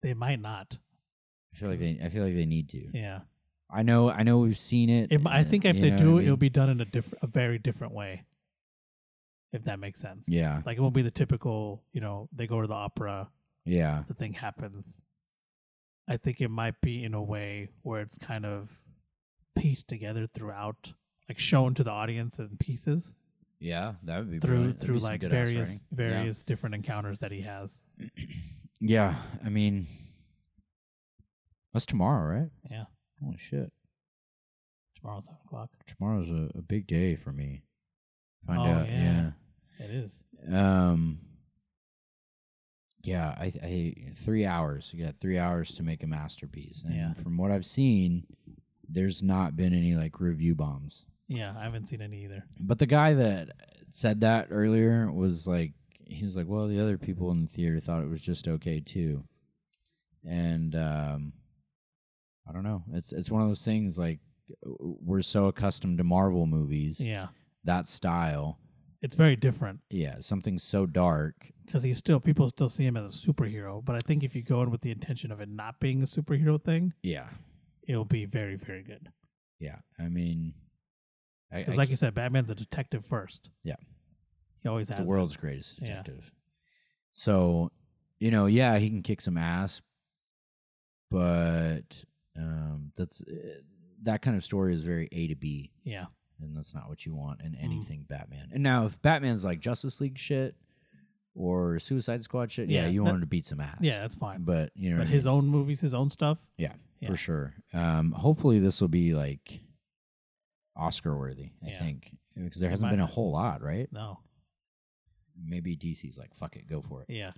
S1: they might not.
S2: I feel like they. I feel like they need to.
S1: Yeah,
S2: I know. I know. We've seen it.
S1: it, mi- I
S2: and,
S1: think if
S2: you
S1: they
S2: know
S1: do,
S2: what I
S1: it'll
S2: mean?
S1: be done in a different, a very different way. If that makes sense.
S2: Yeah.
S1: like it won't be the typical. You know, they go to the opera.
S2: Yeah.
S1: the thing happens. I think it might be in a way where it's kind of pieced together throughout, like shown to the audience in pieces
S2: Yeah. That would be
S1: through
S2: brilliant. That'd
S1: through
S2: be some
S1: like
S2: good
S1: various
S2: ass writing. Yeah.
S1: various different encounters that he has.
S2: Yeah. I mean, that's tomorrow, right?
S1: Yeah.
S2: Holy shit!
S1: Tomorrow seven o'clock.
S2: Tomorrow's a, a big day for me. Find
S1: Oh,
S2: out.
S1: yeah. It is.
S2: yeah. Um. Yeah, I, I three hours. You got three hours to make a masterpiece. And
S1: Yeah.
S2: From what I've seen, there's not been any like review bombs.
S1: Yeah, I haven't seen any either.
S2: But the guy that said that earlier was like, he was like, well, the other people in the theater thought it was just okay too, and um, I don't know. It's it's one of those things like we're so accustomed to Marvel movies,
S1: Yeah,
S2: that style.
S1: it's very different
S2: Yeah, something so dark.
S1: because he's still people still see him as a superhero. But I think if you go in with the intention of it not being a superhero thing,
S2: Yeah,
S1: it'll be very very good.
S2: yeah. I mean, I, I
S1: Because like you said, Batman's a detective first.
S2: Yeah.
S1: he always has.
S2: the
S1: been.
S2: world's greatest
S1: Yeah.
S2: detective. So, you know, yeah, he can kick some ass, but um, that's eh, that kind of story is very A to B,
S1: Yeah.
S2: and that's not what you want in
S1: Mm-hmm.
S2: anything Batman. And now, if Batman's like Justice League shit or Suicide Squad shit, yeah,
S1: Yeah,
S2: you
S1: that-
S2: want him to beat some ass.
S1: Yeah, that's fine.
S2: but you know,
S1: But
S2: what I
S1: his
S2: mean?
S1: own movies, his own stuff.
S2: yeah,
S1: yeah.
S2: for sure. Um, hopefully, this will be like Oscar worthy. I
S1: Yeah.
S2: think because there
S1: It
S2: hasn't
S1: might-
S2: been a whole lot, right?
S1: No.
S2: Maybe DC's like, fuck it, go for it.
S1: Yeah.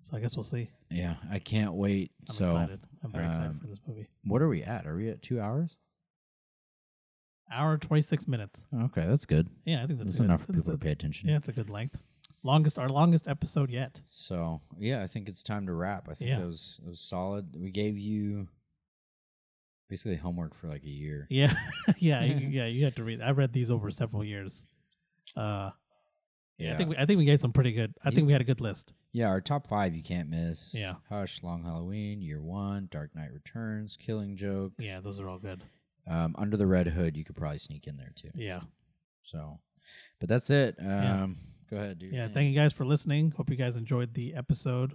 S1: So I guess we'll see.
S2: Yeah, I can't wait.
S1: I'm
S2: so,
S1: excited. I'm very excited
S2: um,
S1: for this movie.
S2: what are we at? Are we at two hours?
S1: Hour twenty six minutes.
S2: Okay, that's good.
S1: Yeah, I think that's,
S2: That's
S1: good.
S2: enough for
S1: That's-
S2: people to pay
S1: that's-
S2: attention.
S1: Yeah, it's a good length. Longest our longest episode yet.
S2: So, yeah, I think it's time to wrap. I think
S1: Yeah.
S2: that was it was solid. We gave you basically homework for like a year.
S1: Yeah. yeah, you, yeah, you have to read I read these over several years. Uh yeah. I think we, I think we gave some pretty good I
S2: You-
S1: think we had a good list.
S2: yeah, our top five you can't miss.
S1: Yeah.
S2: Hush, Long Halloween, Year One, Dark Knight Returns, Killing Joke,
S1: Yeah, those are all good.
S2: um, Under the Red Hood. You could probably sneak in there too.
S1: Yeah.
S2: So, but that's it. Um,
S1: Yeah.
S2: Go ahead, dude.
S1: Yeah, thank you guys for listening. Hope you guys enjoyed the episode.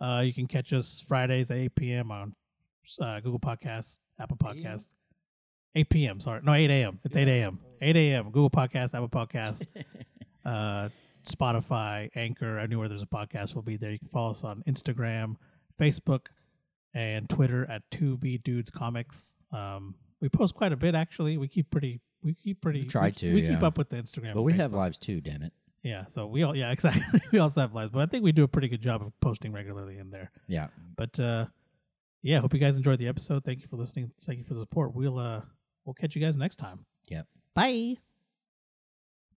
S1: Uh, you can catch us Fridays at 8 p.m. on uh, Google Podcasts, Apple Podcasts. 8 p.m. Sorry, no, 8 a.m. It's 8 a.m. 8 a.m. Google Podcasts, Apple Podcasts, uh, Spotify, Anchor. Anywhere there's a podcast, we'll be there. You can follow us on Instagram, Facebook, and Twitter at 2B Dudes Comics. Um, we post quite a bit actually. We keep pretty. We keep pretty.
S2: try
S1: we,
S2: to,
S1: We keep
S2: yeah.
S1: up with the Instagram.
S2: But
S1: and
S2: we
S1: Facebook.
S2: have lives too. Damn it.
S1: Yeah, so we all yeah, exactly. we also have lives, but I think we do a pretty good job of posting regularly in there.
S2: Yeah.
S1: But uh yeah, hope you guys enjoyed the episode. Thank you for listening. Thank you for the support. We'll uh we'll catch you guys next time.
S2: Yep.
S1: Bye.